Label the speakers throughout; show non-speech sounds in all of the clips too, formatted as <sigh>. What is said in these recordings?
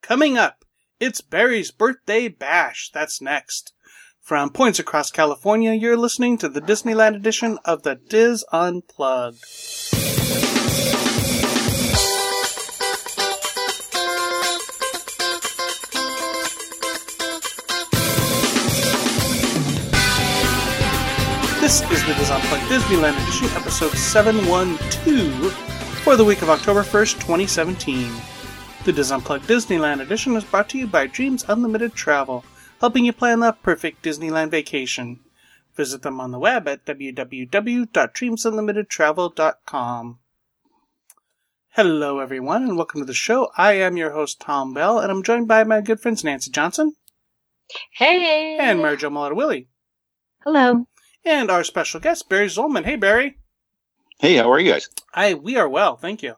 Speaker 1: Coming up, it's Barry's birthday bash. That's next. From points across California, you're listening to the Disneyland edition of the Diz Unplugged. This is the Diz Unplugged Disneyland edition, episode 712, for the week of October 1st, 2017. The Diz Unplugged Disneyland edition is brought to you by Dreams Unlimited Travel, helping you plan the perfect Disneyland vacation. Visit them on the web at www.dreamsunlimitedtravel.com. Hello, everyone, and welcome to the show. I am your host, Tom Bell, and I'm joined by my good friends Nancy Johnson
Speaker 2: Hey.
Speaker 1: and Mary Jo Mallard Willie,
Speaker 2: Hello.
Speaker 1: and our special guest, Barry Zolman. Hey, Barry.
Speaker 3: Hey, how are you guys?
Speaker 1: Hi, we are well, thank you.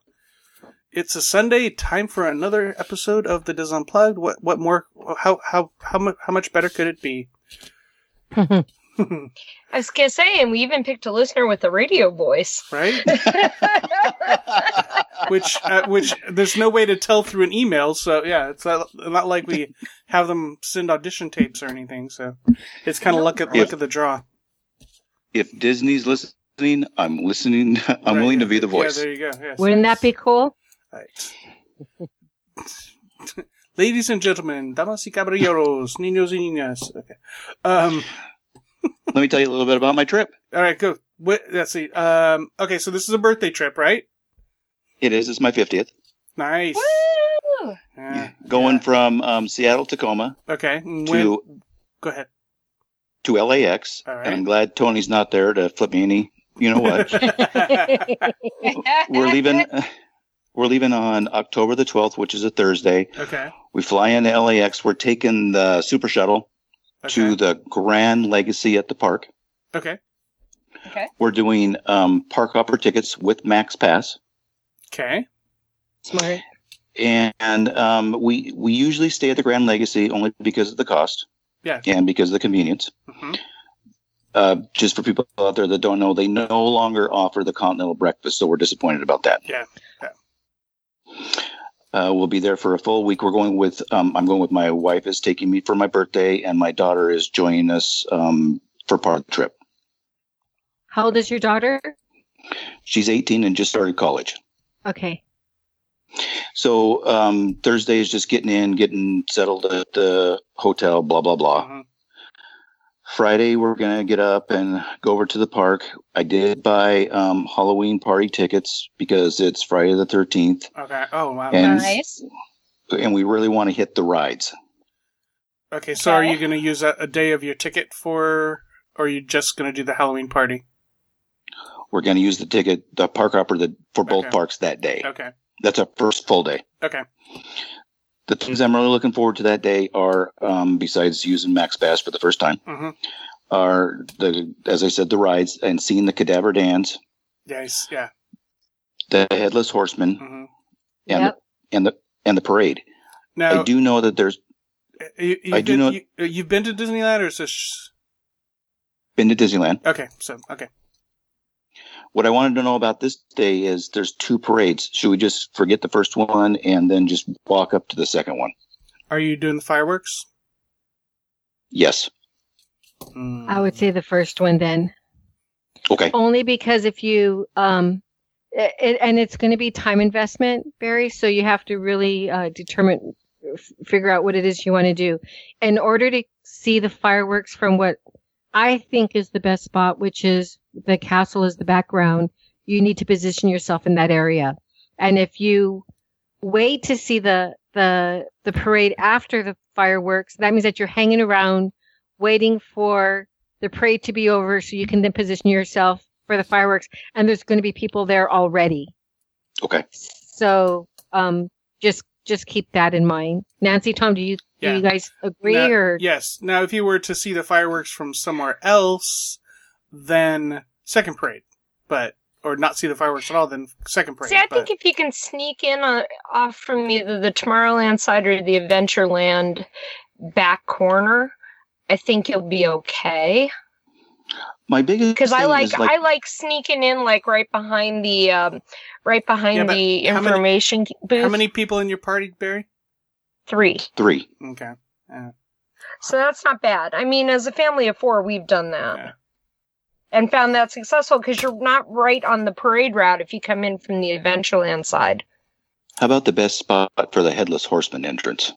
Speaker 1: It's a Sunday, time for another episode of the Diz Unplugged. What what more? How how how much how much better could it be? <laughs>
Speaker 2: I was gonna say, and we even picked a listener with a radio voice.
Speaker 1: right? Which uh, which there's no way to tell through an email, so yeah, it's not, not like we have them send audition tapes or anything. So it's kind of luck at luck
Speaker 3: If-
Speaker 1: of the draw.
Speaker 3: if Disney's listening, I'm listening. <laughs> I'm
Speaker 1: Right,
Speaker 3: willing to
Speaker 1: yeah.
Speaker 3: be the voice.
Speaker 1: Yeah, there you go. Yes.
Speaker 4: Wouldn't that be cool?
Speaker 1: Right. Ladies and gentlemen, damas y caballeros, niños y niñas. Okay. Um.
Speaker 3: Let me tell you a little bit about my trip.
Speaker 1: All right. Go. What, let's see. Um. Okay. So this is a birthday trip, right?
Speaker 3: It is. It's my fiftieth.
Speaker 1: Nice.
Speaker 4: <laughs>
Speaker 2: Woo!
Speaker 1: Ah, Yeah.
Speaker 3: Going
Speaker 1: yeah.
Speaker 3: from um, Seattle, Tacoma
Speaker 1: Okay. mm, When,
Speaker 3: to
Speaker 1: go
Speaker 3: <laughs>
Speaker 1: ahead. <laughs>
Speaker 3: to LAX,
Speaker 1: All right.
Speaker 3: and I'm glad Tony's not there to flip me any. You
Speaker 1: <laughs>
Speaker 3: know what? we're leaving. <laughs> We're leaving on October the twelfth, which is a Thursday.
Speaker 1: okay.
Speaker 3: We fly into LAX. We're taking the super shuttle to
Speaker 1: Okay.
Speaker 3: the Grand Legacy at the park.
Speaker 1: Okay.
Speaker 2: Okay.
Speaker 3: We're doing um, park hopper tickets with Max Pass.
Speaker 1: Okay.
Speaker 2: Smart.
Speaker 3: and um, we we usually stay at the Grand Legacy only because of the cost
Speaker 1: Yeah.
Speaker 3: and because of the convenience.
Speaker 1: Mhm.
Speaker 3: Uh, just for people out there that don't know, they no longer offer the continental breakfast, so we're disappointed about that.
Speaker 1: Yeah, yeah.
Speaker 3: Uh, we'll be there for a full week. We're going with um, I'm going with my wife is taking me for my birthday, and my daughter is joining us um, for part of the trip.
Speaker 4: How old is your daughter?
Speaker 3: She's 18 and just started college.
Speaker 4: Okay.
Speaker 3: So um, Thursday is just getting in, getting settled at the hotel, blah blah blah.
Speaker 1: Mhm.
Speaker 3: Friday, we're going to get up and go over to the park. I did buy um, Halloween party tickets because it's Friday the 13th
Speaker 1: Okay. Oh wow.
Speaker 3: And-
Speaker 2: Nice.
Speaker 3: and we really want to hit the rides.
Speaker 1: okay. So are
Speaker 2: Okay.
Speaker 1: you going to use a, a day of your ticket for, or are you just going to do the Halloween party?
Speaker 3: We're going to use the ticket, the park hopper the, for both
Speaker 1: Okay.
Speaker 3: parks that day.
Speaker 1: Okay.
Speaker 3: That's our first full day.
Speaker 1: Okay.
Speaker 3: The things I'm really looking forward to that day are, um, besides using Max Pass for the first time,
Speaker 1: Mm-hmm.
Speaker 3: are the, as I said, the rides and seeing the cadaver dance,
Speaker 1: Yes. Yeah.
Speaker 3: the headless horseman,
Speaker 1: Mm-hmm.
Speaker 3: and
Speaker 4: Yep.
Speaker 3: and the and the parade.
Speaker 1: Now,
Speaker 3: I do know that there's
Speaker 1: Uh, you, you
Speaker 3: I do
Speaker 1: did-
Speaker 3: not-
Speaker 1: You, uh, you've been to Disneyland, or is this? Sh-
Speaker 3: been to Disneyland.
Speaker 1: okay. So okay.
Speaker 3: What I wanted to know about this day is there's two parades. Should we just forget the first one and then just walk up to the second one?
Speaker 1: Are you doing the fireworks?
Speaker 3: Yes.
Speaker 1: Hmm.
Speaker 4: I would say the first one then.
Speaker 3: Okay.
Speaker 4: Only because if you um it, and it's going to be time investment, Barry, so you have to really uh determine f- figure out what it is you want to do. In order to see the fireworks from what I think is the best spot, which is the castle is the background, you need to position yourself in that area. And if you wait to see the the the parade after the fireworks, that means that you're hanging around waiting for the parade to be over so you can then position yourself for the fireworks and there's going to be people there already.
Speaker 3: Okay.
Speaker 4: So um just just keep that in mind. Nancy, Tom, do you
Speaker 1: Yeah.
Speaker 4: do you guys agree
Speaker 1: Now-
Speaker 4: or
Speaker 1: Yes. Now, if you were to see the fireworks from somewhere else, then second parade, but or not see the fireworks at all, then second parade.
Speaker 2: See, I
Speaker 1: but-
Speaker 2: think if you can sneak in on, off from either the Tomorrowland side or the Adventureland back corner, I think you'll be okay.
Speaker 3: My biggest
Speaker 2: Because I
Speaker 3: thing
Speaker 2: like,
Speaker 3: is, like
Speaker 2: I like sneaking in like right behind the um, right
Speaker 1: Yeah,
Speaker 2: behind
Speaker 1: but
Speaker 2: the
Speaker 1: how many-
Speaker 2: information booth.
Speaker 1: How many people in your party, Barry?
Speaker 2: Three.
Speaker 3: Three.
Speaker 1: Okay.
Speaker 2: So that's not bad. I mean, as a family of four, we've done that
Speaker 1: Yeah.
Speaker 2: and found that successful because you're not right on the parade route if you come in from the Adventureland side.
Speaker 3: How about the best spot for the headless horseman entrance?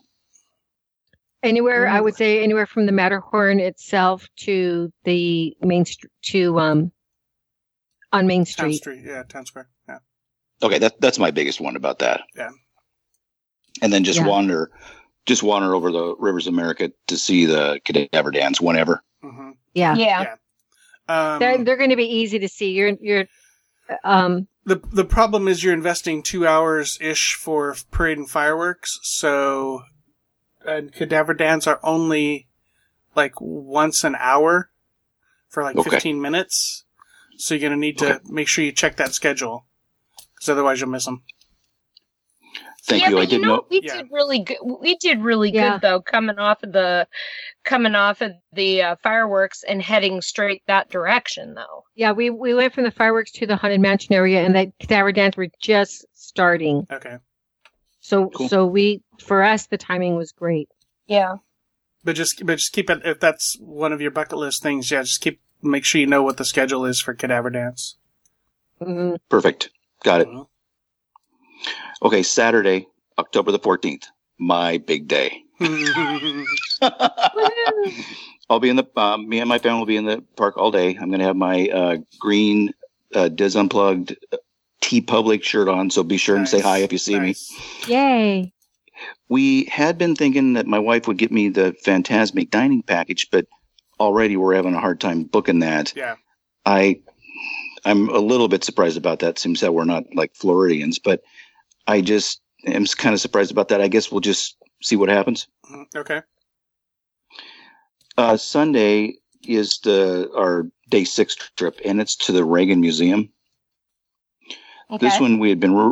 Speaker 4: Anywhere, I
Speaker 2: Ooh.
Speaker 4: would say anywhere from the Matterhorn itself to the main st- to um on Main
Speaker 1: Town
Speaker 4: Street.
Speaker 1: Street. Yeah, Town Square. Yeah.
Speaker 3: Okay, that that's my biggest one about that.
Speaker 1: Yeah.
Speaker 3: And then just
Speaker 4: Yeah.
Speaker 3: wander, just wander over the rivers of America to see the cadaver dance whenever.
Speaker 1: Mm-hmm.
Speaker 4: Yeah,
Speaker 2: yeah.
Speaker 1: Um,
Speaker 4: they're they're going to be easy to see. You're you're um
Speaker 1: the the problem is you're investing two hours ish for parade and fireworks, so and cadaver dance are only like once an hour for like
Speaker 3: Okay.
Speaker 1: fifteen minutes. So you're gonna need to make sure you check that schedule, because otherwise you'll miss them.
Speaker 3: Thank
Speaker 2: yeah,
Speaker 3: you.
Speaker 2: but
Speaker 3: I didn't
Speaker 2: know,
Speaker 3: know.
Speaker 2: we
Speaker 1: Yeah.
Speaker 2: did really good. We did really
Speaker 4: Yeah.
Speaker 2: good though, coming off of the coming off of the uh, fireworks and heading straight that direction though.
Speaker 4: yeah we we went from the fireworks to the haunted mansion area, and that cadaver dance were just starting.
Speaker 1: Okay,
Speaker 4: So
Speaker 3: Cool.
Speaker 4: so we for us the timing was great.
Speaker 2: Yeah.
Speaker 1: but just but just keep it if that's one of your bucket list things. Yeah, just keep make sure you know what the schedule is for cadaver dance. Mm-hmm.
Speaker 4: hmm
Speaker 3: Perfect. Got it.
Speaker 1: Mhm.
Speaker 3: Okay, Saturday, October the fourteenth, my big day. I'll be in the. Uh, me and my family will be in the park all day. I'm going to have my uh, green uh, Diz Unplugged uh, T Public shirt on, so be sure and say
Speaker 1: Nice,
Speaker 3: hi if you see me.
Speaker 1: nice.
Speaker 4: Yay!
Speaker 3: We had been thinking that my wife would get me the Fantasmic dining package, but already we're having a hard time booking that.
Speaker 1: Yeah.
Speaker 3: I I'm a little bit surprised about that. Seems that we're not like Floridians, but I just am kind of surprised about that. I guess we'll just see what happens.
Speaker 1: Mhm. Okay.
Speaker 3: Uh, Sunday is the our day six trip, and it's to the Reagan Museum.
Speaker 2: Okay.
Speaker 3: This one we had been re-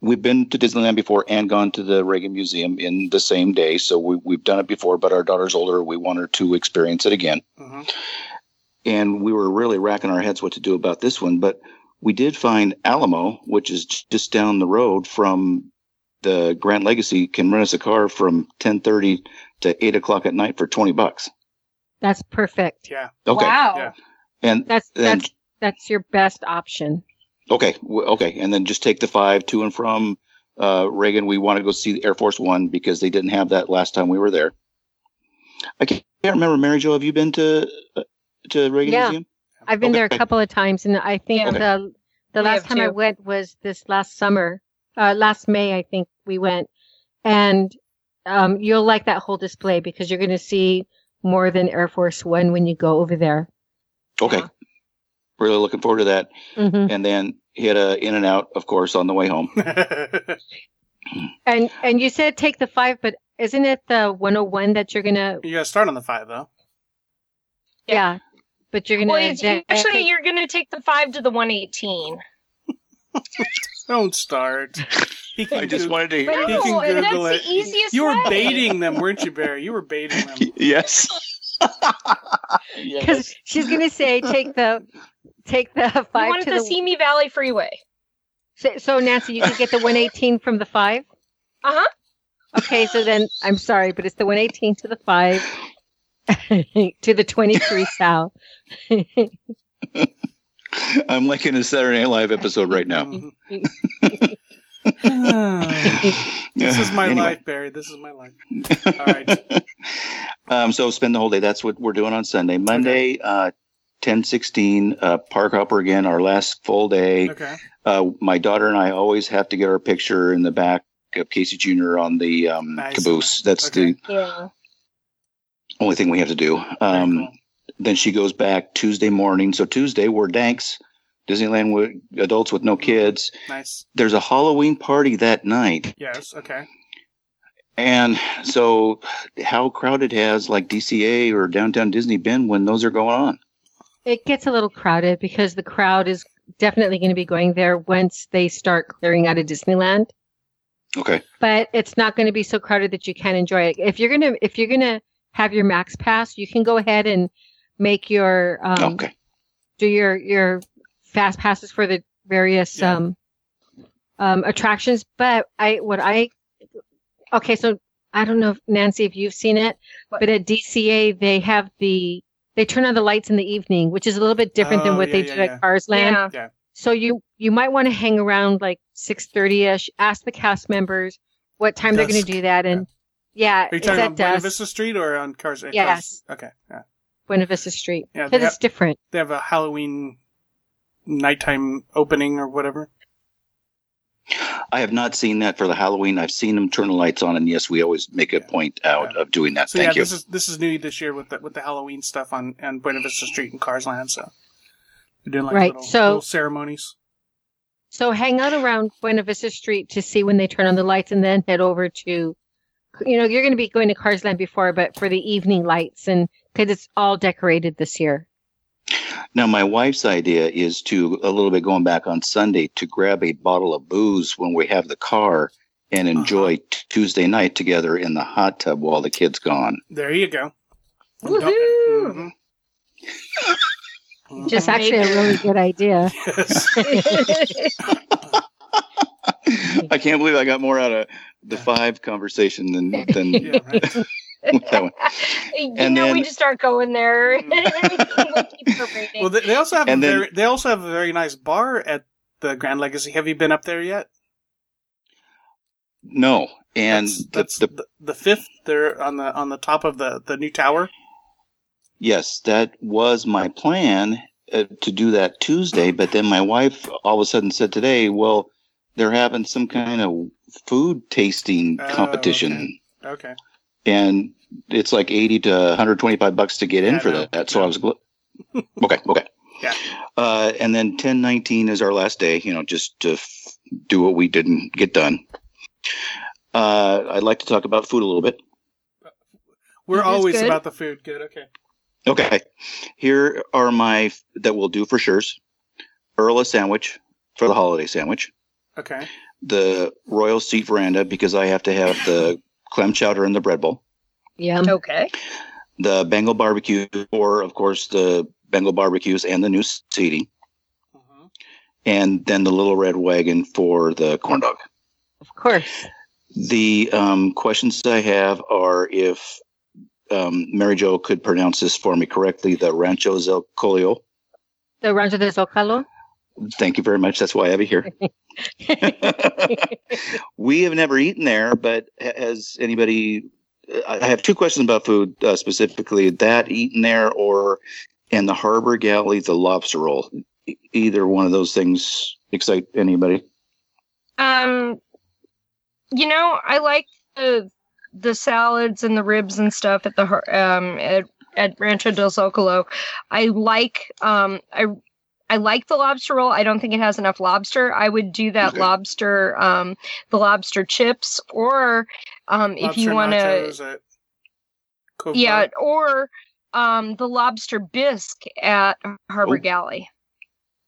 Speaker 3: we've been to Disneyland before and gone to the Reagan Museum in the same day, so we, we've done it before. But our daughter's older; we want her to experience it again.
Speaker 1: hmm
Speaker 3: And we were really racking our heads what to do about this one, but we did find Alamo, which is j- just down the road from the Grand Legacy. Can rent us a car from ten thirty to eight o'clock at night for twenty bucks.
Speaker 4: That's perfect.
Speaker 1: Yeah.
Speaker 3: Okay,
Speaker 2: Wow.
Speaker 1: Yeah.
Speaker 3: and
Speaker 4: That's
Speaker 3: then
Speaker 4: that's that's your best option.
Speaker 3: Okay, w- okay, and then just take the five to and from uh, Reagan. We want to go see Air Force One because they didn't have that last time we were there. I can't, can't remember, Mary Jo. Have you been to uh, to Reagan
Speaker 4: Yeah.
Speaker 3: Museum?
Speaker 4: I've been there a
Speaker 3: Okay.
Speaker 4: couple of times, and I think
Speaker 2: Yeah.
Speaker 3: Okay.
Speaker 4: the the
Speaker 2: We
Speaker 4: last
Speaker 2: have
Speaker 4: time I
Speaker 2: too.
Speaker 4: went was this last summer, uh, last May, I think we went, and um, you'll like that whole display because you're going to see more than Air Force One when you go over there.
Speaker 3: Okay,
Speaker 4: Uh-huh.
Speaker 2: Yeah.
Speaker 3: really looking forward to that.
Speaker 2: Mm-hmm.
Speaker 4: hmm
Speaker 3: And then hit a In and Out, of course, on the way home.
Speaker 4: And and you said take the five, but isn't it the 101 that you're gonna?
Speaker 1: <laughs> you gotta start on the five though.
Speaker 4: Yeah,
Speaker 2: Yeah.
Speaker 4: but you're gonna.
Speaker 2: Well, it's,
Speaker 4: then-
Speaker 2: actually, you're going to take the five to the 118.
Speaker 1: Don't start. <laughs> He can Goog-
Speaker 3: wanted to.
Speaker 1: he
Speaker 2: No,
Speaker 1: can
Speaker 2: and that's
Speaker 1: Google
Speaker 2: the
Speaker 1: it.
Speaker 2: easiest
Speaker 1: You were
Speaker 2: way.
Speaker 1: baiting them, weren't you, Barry? You were baiting
Speaker 3: <laughs>
Speaker 1: them. <laughs>
Speaker 3: Yes.
Speaker 4: because she's gonna say take the take the
Speaker 2: You
Speaker 4: five
Speaker 2: wanted
Speaker 4: to
Speaker 2: the,
Speaker 4: the.
Speaker 2: Simi Valley Freeway.
Speaker 4: so, so Nancy, you could get the 118 from the five.
Speaker 2: Uh huh.
Speaker 4: Okay, so then I'm sorry, but it's the 118 to the 5 <laughs> to the 23
Speaker 2: <laughs>
Speaker 4: south.
Speaker 3: I'm like in a Saturday Night Live episode right
Speaker 1: <laughs>
Speaker 3: now.
Speaker 4: <laughs>
Speaker 1: Mhm. Mm-hmm. this is my
Speaker 3: <sighs> Anyway.
Speaker 1: life, Barry. This is my life. All
Speaker 3: <laughs>
Speaker 1: right.
Speaker 3: um, so spend the whole day. That's what we're doing on Sunday. Monday, uh, ten sixteen, uh, Park Hopper again. Our last full day.
Speaker 1: Okay.
Speaker 3: Uh, my daughter and I always have to get our picture in the back of Casey Jr. on the um,
Speaker 1: Nice.
Speaker 3: caboose. That's
Speaker 1: Okay.
Speaker 3: the
Speaker 2: Yeah.
Speaker 3: only thing we have to do.
Speaker 1: Very
Speaker 3: Um,
Speaker 1: cool.
Speaker 3: Then she goes back Tuesday morning. So Tuesday we're Danks, Disneyland with adults with
Speaker 1: Mm-hmm.
Speaker 3: no kids.
Speaker 1: Nice.
Speaker 3: There's a Halloween party that night.
Speaker 1: Yes. Okay.
Speaker 3: And so, how crowded has like DCA or Downtown Disney been when those are going on?
Speaker 4: It gets a little crowded because the crowd is definitely going to be going there once they start clearing out of Disneyland,
Speaker 3: Okay.
Speaker 4: but it's not going to be so crowded that you can't enjoy it. If you're going to if you're going to have your max pass, you can go ahead and make your um,
Speaker 3: okay.
Speaker 4: do your your fast passes for the various
Speaker 1: Yeah.
Speaker 4: um um attractions but i what i okay so I don't know, if, Nancy, if you've seen it, but at DCA they have the they turn on the lights in the evening, which is a little bit different
Speaker 1: Oh,
Speaker 4: than what
Speaker 1: yeah,
Speaker 4: they
Speaker 1: yeah,
Speaker 4: did
Speaker 1: yeah.
Speaker 4: at Cars Land.
Speaker 2: Yeah.
Speaker 4: So you you might want to hang around like six thirty ish. Ask the cast members what time they're going
Speaker 1: Dusk.
Speaker 4: to do that, and yeah,
Speaker 1: Are you
Speaker 4: it's
Speaker 1: talking
Speaker 4: at
Speaker 1: on Buena
Speaker 4: dusk,
Speaker 1: Vista Street or on Cars? at
Speaker 4: Yes.
Speaker 1: Cars- Okay. Yeah.
Speaker 4: Buena Vista Street,
Speaker 1: Yeah,
Speaker 4: because
Speaker 1: they
Speaker 4: it's different.
Speaker 1: They have a Halloween nighttime opening or whatever.
Speaker 3: I have not seen that for the Halloween. I've seen them turn the lights on, and yes, we always make a point out
Speaker 1: Yeah.
Speaker 3: of doing that.
Speaker 1: So
Speaker 3: Thank
Speaker 1: yeah,
Speaker 3: you.
Speaker 1: this is this is new this year with the with the Halloween stuff on on Buena Vista Street and Cars Land. So they're doing like
Speaker 4: Right,
Speaker 1: little,
Speaker 4: so-
Speaker 1: little ceremonies.
Speaker 4: So hang out around Buena Vista Street to see when they turn on the lights, and then head over to, you know, you're going to be going to Cars Land before, but for the evening lights, and because it's all decorated this year.
Speaker 3: Now, my wife's idea is to a little bit going back on Sunday to grab a bottle of booze when we have the car and
Speaker 1: Uh-huh.
Speaker 3: enjoy t- Tuesday night together in the hot tub while the
Speaker 1: <laughs>
Speaker 3: kid's gone.
Speaker 1: There you go.
Speaker 2: Woohoo!
Speaker 1: Mhm.
Speaker 4: Mm-hmm. Just actually a really good idea.
Speaker 1: Yes.
Speaker 3: I can't believe I got more out of the five
Speaker 1: <laughs>
Speaker 3: conversation than than
Speaker 1: Yeah, right.
Speaker 3: with that one.
Speaker 2: you
Speaker 3: And
Speaker 2: know, we
Speaker 3: then-
Speaker 2: just aren't going there.
Speaker 1: Mm.
Speaker 2: <laughs> We'll keep parading.
Speaker 1: Well, they, they also have a
Speaker 3: And then-
Speaker 1: very, they also have a very nice bar at the Grand Legacy. Have you been up there yet?
Speaker 3: No, and
Speaker 1: that's,
Speaker 3: the,
Speaker 1: that's
Speaker 3: the,
Speaker 1: the, the fifth. They're on the on the top of the the new tower.
Speaker 3: yes, that was my plan uh, to do that Tuesday, but then my wife all of a sudden said today, "Well, they're having some kind of food tasting
Speaker 1: Oh,
Speaker 3: competition."
Speaker 1: okay. Okay.
Speaker 3: and it's like 80 to 125 bucks to get in
Speaker 1: Yeah,
Speaker 3: for
Speaker 1: no.
Speaker 3: that. So I was gl- okay, okay.
Speaker 1: <laughs> Yeah.
Speaker 3: Uh, and then 1019 is our last day, you know, just to f- do what we didn't get done. Uh, I'd like to talk about food a little bit.
Speaker 1: We're
Speaker 4: That's
Speaker 1: always
Speaker 4: good.
Speaker 1: about the food. Good. Okay.
Speaker 3: Okay. Here are my f- that will do for sure's. Earl a sandwich for the holiday sandwich.
Speaker 1: Okay.
Speaker 3: The Royal Seat Veranda because I have to have the clam chowder and the bread bowl.
Speaker 4: Yeah.
Speaker 2: okay.
Speaker 3: the Bengal barbecue, or of course the Bengal barbecues and the new seating,
Speaker 1: Mhm.
Speaker 3: and then the little red wagon for the corn dog.
Speaker 4: Of course.
Speaker 3: The um, questions I have are if um, Mary Jo could pronounce this for me correctly, the Rancho del Colio.
Speaker 4: The Rancho de Zocalo.
Speaker 3: Thank you very much. That's why I have it <laughs> here. we have never eaten there, but ha- has anybody? uh, I I have two questions about food uh, specifically that eaten there or in the Harbor Galley, the lobster roll. E- Either one of those things excite anybody.
Speaker 2: Um, you know, I like the the salads and the ribs and stuff at the har- um at, at Rancho del Zocalo. I like um I I like the lobster roll. I don't think it has enough lobster. I would do that
Speaker 3: Okay.
Speaker 2: lobster um the lobster chips or um if you
Speaker 1: Lobster
Speaker 2: want to
Speaker 1: nachos at Cove
Speaker 2: yeah
Speaker 1: Park.
Speaker 2: or um the lobster bisque at Harbor
Speaker 3: Oh.
Speaker 2: Galley.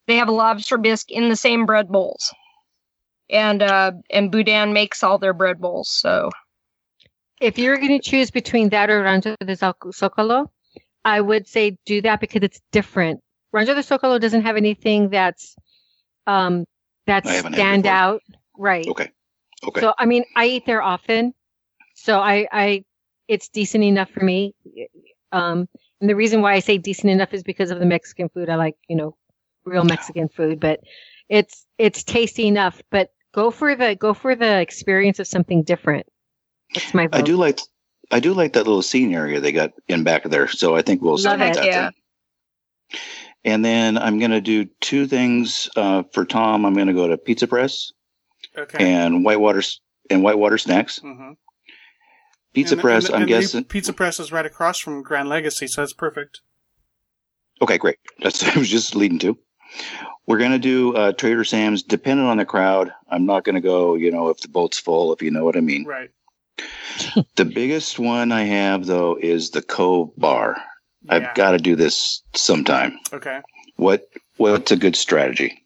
Speaker 2: They have a lobster bisque in the same bread bowls. And uh and Boudin makes all their bread bowls, so
Speaker 4: If you were going to choose between that or Rancho de Zoc- Zocalo, I would say do that because it's different. Rancho de Zocalo doesn't have anything that's um that's
Speaker 3: I haven't had
Speaker 4: stand
Speaker 3: before.
Speaker 4: out, right?
Speaker 3: Okay. Okay.
Speaker 4: So I mean, I eat there often, so I I it's decent enough for me. Um, and the reason why I say decent enough is because of the Mexican food. I like you know real Mexican food, but it's it's tasty enough. But go for the go for the experience of something different. That's my vote.
Speaker 3: I do like. I do like that little seating area they got in back of there, so I think we'll
Speaker 4: Love
Speaker 3: support
Speaker 4: it.
Speaker 3: that
Speaker 2: Yeah.
Speaker 3: thing. And then I'm going to do two things uh, for Tom. I'm going to go to Pizza Press
Speaker 1: Okay.
Speaker 3: and Whitewater s- and Whitewater Snacks.
Speaker 1: Mhm.
Speaker 3: Pizza
Speaker 1: And-
Speaker 3: Press,
Speaker 1: and-
Speaker 3: I'm
Speaker 1: and the
Speaker 3: guessing.
Speaker 1: Pizza Press is right across from Grand Legacy, so that's perfect.
Speaker 3: Okay, great. <laughs> That's what I was just leading to. We're going to do uh, Trader Sam's, depending on the crowd. I'm not going to go, you know, if the boat's full, if you know what I mean.
Speaker 1: Right.
Speaker 3: The biggest one I have, though, is the Cove Bar.
Speaker 1: Yeah.
Speaker 3: I've got to do this sometime.
Speaker 1: Okay.
Speaker 3: What What's a good strategy?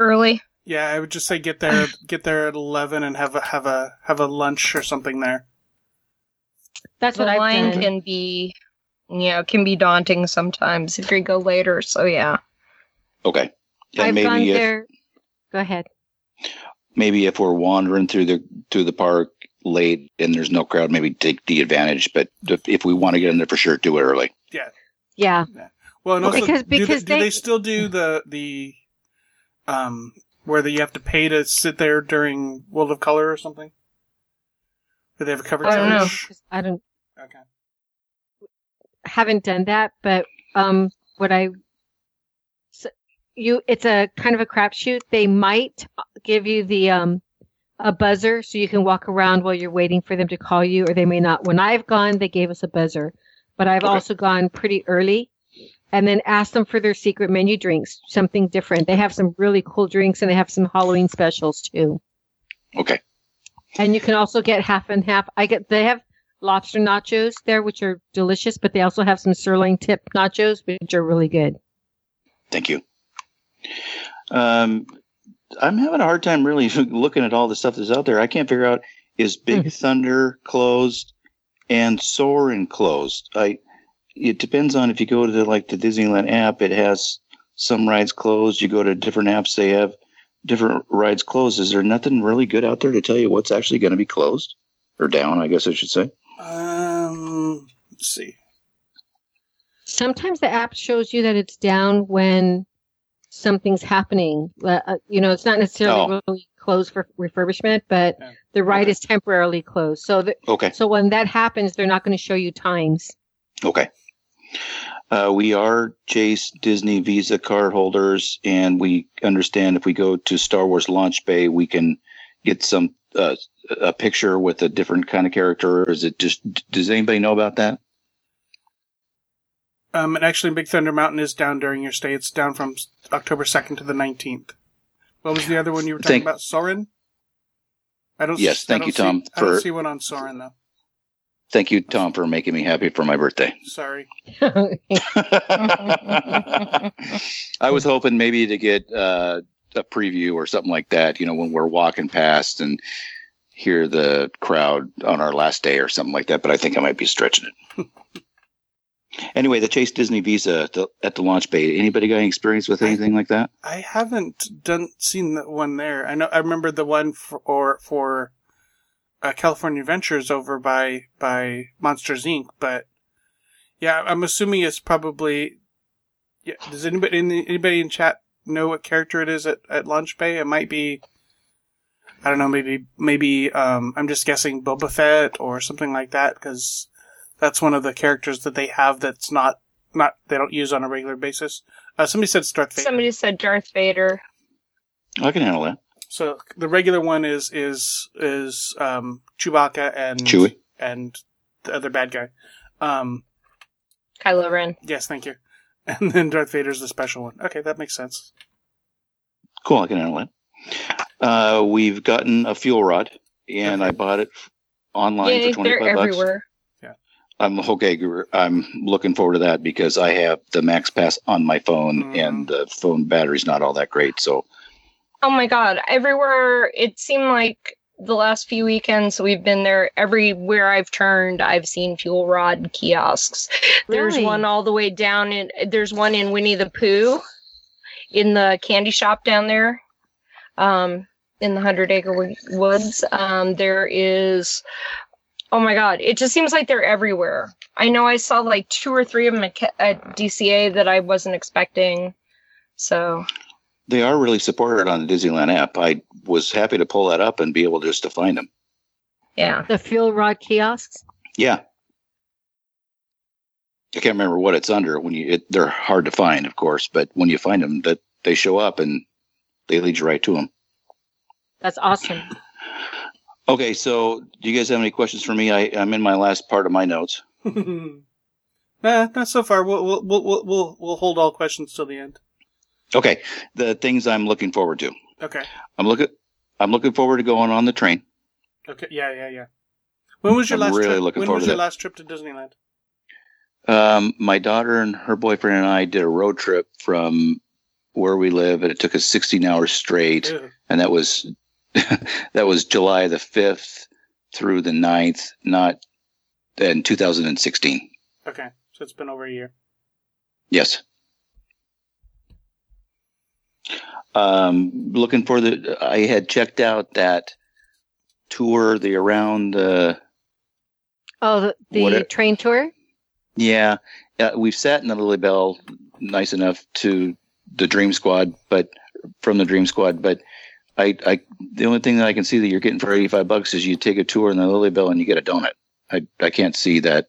Speaker 2: early.
Speaker 1: Yeah, I would just say get
Speaker 2: <sighs>
Speaker 1: there, get there at eleven, and have a have a have a lunch or something there.
Speaker 4: That's
Speaker 2: the
Speaker 4: what I've
Speaker 2: line
Speaker 4: done.
Speaker 2: can be you know, can be daunting sometimes if you go later, so yeah.
Speaker 3: Okay. And
Speaker 4: I've gone
Speaker 3: maybe if
Speaker 4: there. Go ahead.
Speaker 3: maybe if we're wandering through the through the park, late and there's no crowd, maybe take the advantage. But if, if we want to get in there for sure, do it early.
Speaker 4: Yeah.
Speaker 1: Well, and also,
Speaker 4: Because-
Speaker 1: do, they,
Speaker 4: because
Speaker 1: do
Speaker 4: they-
Speaker 1: they still
Speaker 2: Hmm.
Speaker 1: do the the um where the, you have to pay to sit there during World of Color or something? Do they have a covered
Speaker 2: I don't know.
Speaker 1: charge?
Speaker 4: I don't
Speaker 1: Okay.
Speaker 4: haven't done that, but um, what I so you it's a kind of a crapshoot. They might give you the um a buzzer so you can walk around while you're waiting for them to call you, or they may not. When I've gone, they gave us a buzzer, but I've
Speaker 3: Okay.
Speaker 4: also gone pretty early. And then asked them for their secret menu drinks, something different. They have some really cool drinks and they have some Halloween specials too.
Speaker 3: Okay.
Speaker 4: And you can also get half and half. I get they have lobster nachos there, which are delicious, but they also have some sirloin tip nachos, which are really good.
Speaker 3: Thank you. Um, I'm having a hard time really <laughs> looking at all the stuff that's out there. I can't figure out is Big Thunder closed and Soarin' closed. I it depends on if you go to the, like the Disneyland app, it has some rides closed. You go to different apps, they have different rides closed. Is there nothing really good out there to tell you what's actually going to be closed or down? I guess I should say.
Speaker 1: Um, let's see.
Speaker 4: Sometimes the app shows you that it's down when something's happening. Uh, uh, you know, it's not necessarily really closed for refurbishment, but
Speaker 1: Yeah.
Speaker 4: the ride
Speaker 3: Okay.
Speaker 4: is temporarily closed. So, the,
Speaker 3: Okay.
Speaker 4: so when that happens, they're not going to show you times. <laughs>
Speaker 3: Okay. Uh, we are Chase Disney Visa card holders, and we understand if we go to Star Wars Launch Bay, we can get some uh, a picture with a different kind of character. Or is it just? Does anybody know about that?
Speaker 1: Um, and actually, Big Thunder Mountain is down during your stay. It's down from s- October second to the nineteenth. What was the other one you were talking
Speaker 3: Thank-
Speaker 1: about? Soren. I don't.
Speaker 3: Yes,
Speaker 1: s- I
Speaker 3: thank
Speaker 1: don't
Speaker 3: you,
Speaker 1: see-
Speaker 3: Tom,
Speaker 1: I don't
Speaker 3: for-
Speaker 1: see one on Soren though.
Speaker 3: Thank you, Tom, for making me happy for my birthday.
Speaker 1: Sorry.
Speaker 3: I was hoping maybe to get uh, a preview or something like that. You know, when we're walking past and hear the crowd on our last day or something like that. But I think I might be stretching it. anyway, the Chase Disney Visa at the, at the launch bay. Anybody got any experience with anything like that?
Speaker 1: I haven't done seen that one there. I know I remember the one for or, for uh, California Adventures over by by Monsters Inc. But yeah, I'm assuming it's probably. Yeah, does anybody in anybody in chat know what character it is at at Launch Bay? It might be. I don't know. Maybe maybe um, I'm just guessing Boba Fett or something like that because that's one of the characters that they have that's not not they don't use on a regular basis. Uh, somebody said Darth Vader.
Speaker 2: Somebody said Darth Vader.
Speaker 3: I can handle that.
Speaker 1: So the regular one is is is um, Chewbacca and
Speaker 3: Chewy.
Speaker 1: and the other bad guy. Um,
Speaker 2: Kylo Ren.
Speaker 1: yes, thank you. <laughs> And then Darth Vader's the special one. Okay, that makes sense. <laughs>
Speaker 3: Cool. I can handle that. Uh, we've gotten a fuel rod, and I bought it online
Speaker 2: Yay,
Speaker 3: for twenty
Speaker 2: they're
Speaker 3: five bucks.
Speaker 2: everywhere.
Speaker 3: I'm okay. Guru. I'm looking forward to that because I have the Max Pass on my phone,
Speaker 1: Mhm.
Speaker 3: and the phone battery's not all that great. So
Speaker 2: Oh my god, everywhere it seemed like the last few weekends we've been there, everywhere I've turned, I've seen fuel rod kiosks. There's
Speaker 4: Really?
Speaker 2: one all the way down in there's one in Winnie the Pooh in the candy shop down there. Um in the Hundred Acre Wo- Woods. Um there is Oh my god, it just seems like they're everywhere. I know I saw like two or three of them at Ca- at DCA that I wasn't expecting. So,
Speaker 3: they are really supported on the Disneyland app. I was happy to pull that up and be able just to find them.
Speaker 2: yeah.
Speaker 4: The fuel rod kiosks.
Speaker 3: Yeah, I can't remember what it's under. When you, it, they're hard to find, of course, but when you find them, that they show up and they lead you right to them.
Speaker 4: That's awesome.
Speaker 3: Okay, so do you guys have any questions for me? I, I'm in my last part of my notes.
Speaker 1: nah, not so far. We'll we'll we'll- we'll we'll we'll hold all questions till the end.
Speaker 3: Okay, the things I'm looking forward to.
Speaker 1: Okay.
Speaker 3: I'm looking. I'm looking forward to going on the train.
Speaker 1: Okay. Yeah. Yeah. Yeah. When was your
Speaker 3: I'm
Speaker 1: last
Speaker 3: really
Speaker 1: trip?
Speaker 3: looking
Speaker 1: when
Speaker 3: forward
Speaker 1: was
Speaker 3: to
Speaker 1: your
Speaker 3: that.
Speaker 1: last trip to Disneyland?
Speaker 3: Um, my daughter and her boyfriend and I did a road trip from where we live, and it took us 16 hours straight,
Speaker 1: Ew.
Speaker 3: and that was <laughs> that was July the 5th through the 9th, not in 2016.
Speaker 1: Okay, so it's been over a year.
Speaker 3: Yes. Um, looking for the. I had checked out that tour, the around the
Speaker 4: Oh, the, the
Speaker 3: What it-
Speaker 4: train tour.
Speaker 3: yeah. Uh, we've sat in the Lily Bell nice enough to the Dream Squad, but from the Dream Squad, but I, I the only thing that I can see that you're getting for eighty five bucks is you take a tour in the Lily Bell and you get a donut. I I can't see that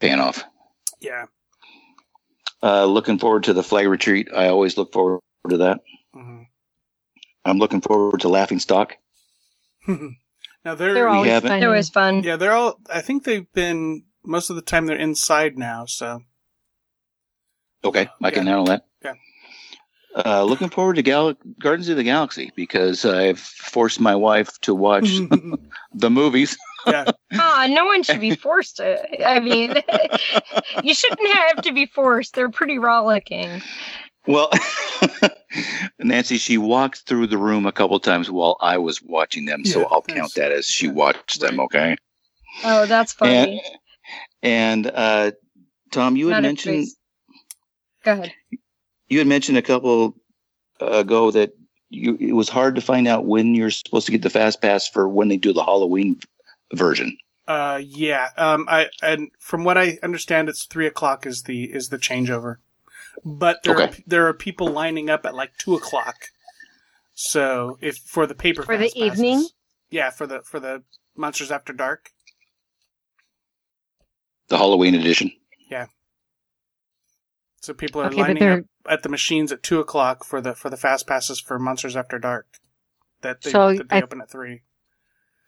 Speaker 3: paying off.
Speaker 1: Yeah.
Speaker 3: Uh, looking forward to the flag retreat. I always look forward to that.
Speaker 1: Mm-hmm. <laughs>
Speaker 3: I'm looking forward to Laughing Stock.
Speaker 1: now they're,
Speaker 4: They're always
Speaker 3: haven't-
Speaker 4: fun.
Speaker 2: They're always fun.
Speaker 1: yeah they're all. I think they've been most of the time they're inside now. So
Speaker 3: Okay, I can handle that.
Speaker 1: Yeah.
Speaker 3: Uh, looking forward to Gal- Gardens of the Galaxy because I've forced my wife to
Speaker 4: <laughs>
Speaker 3: watch
Speaker 1: Mm-hmm.
Speaker 3: the movies.
Speaker 1: yeah,
Speaker 2: Ah, no one
Speaker 3: <laughs>
Speaker 2: should be forced to. I mean, <laughs> you shouldn't have to be forced. They're pretty rollicking.
Speaker 3: Well, <laughs> Nancy, she walked through the room a couple times while I was watching them, so
Speaker 1: Yeah,
Speaker 3: I'll
Speaker 1: that's-
Speaker 3: count that as she
Speaker 1: yeah,
Speaker 3: watched them.
Speaker 1: right.
Speaker 3: Okay.
Speaker 2: Oh, that's funny.
Speaker 3: And uh, Tom, you had
Speaker 2: Not a
Speaker 3: mentioned
Speaker 2: face. Go ahead.
Speaker 3: you had mentioned a couple uh, ago that you it was hard to find out when you're supposed to get the fast pass for when they do the Halloween version.
Speaker 1: uh, yeah. Um, I and from what I understand, it's three o'clock is the is the changeover, but there are,
Speaker 3: Okay.
Speaker 1: there are people lining up at like two o'clock. So if for the paper
Speaker 4: For the
Speaker 1: fast passes.
Speaker 4: evening?
Speaker 1: yeah, for the for the Monsters After Dark.
Speaker 3: the Halloween edition.
Speaker 1: So people are
Speaker 4: Okay, but
Speaker 1: lining up
Speaker 4: they're
Speaker 1: at the machines at two o'clock for the for the fast passes for Monsters After Dark. That they,
Speaker 4: So
Speaker 1: that they
Speaker 4: I-
Speaker 1: open at three.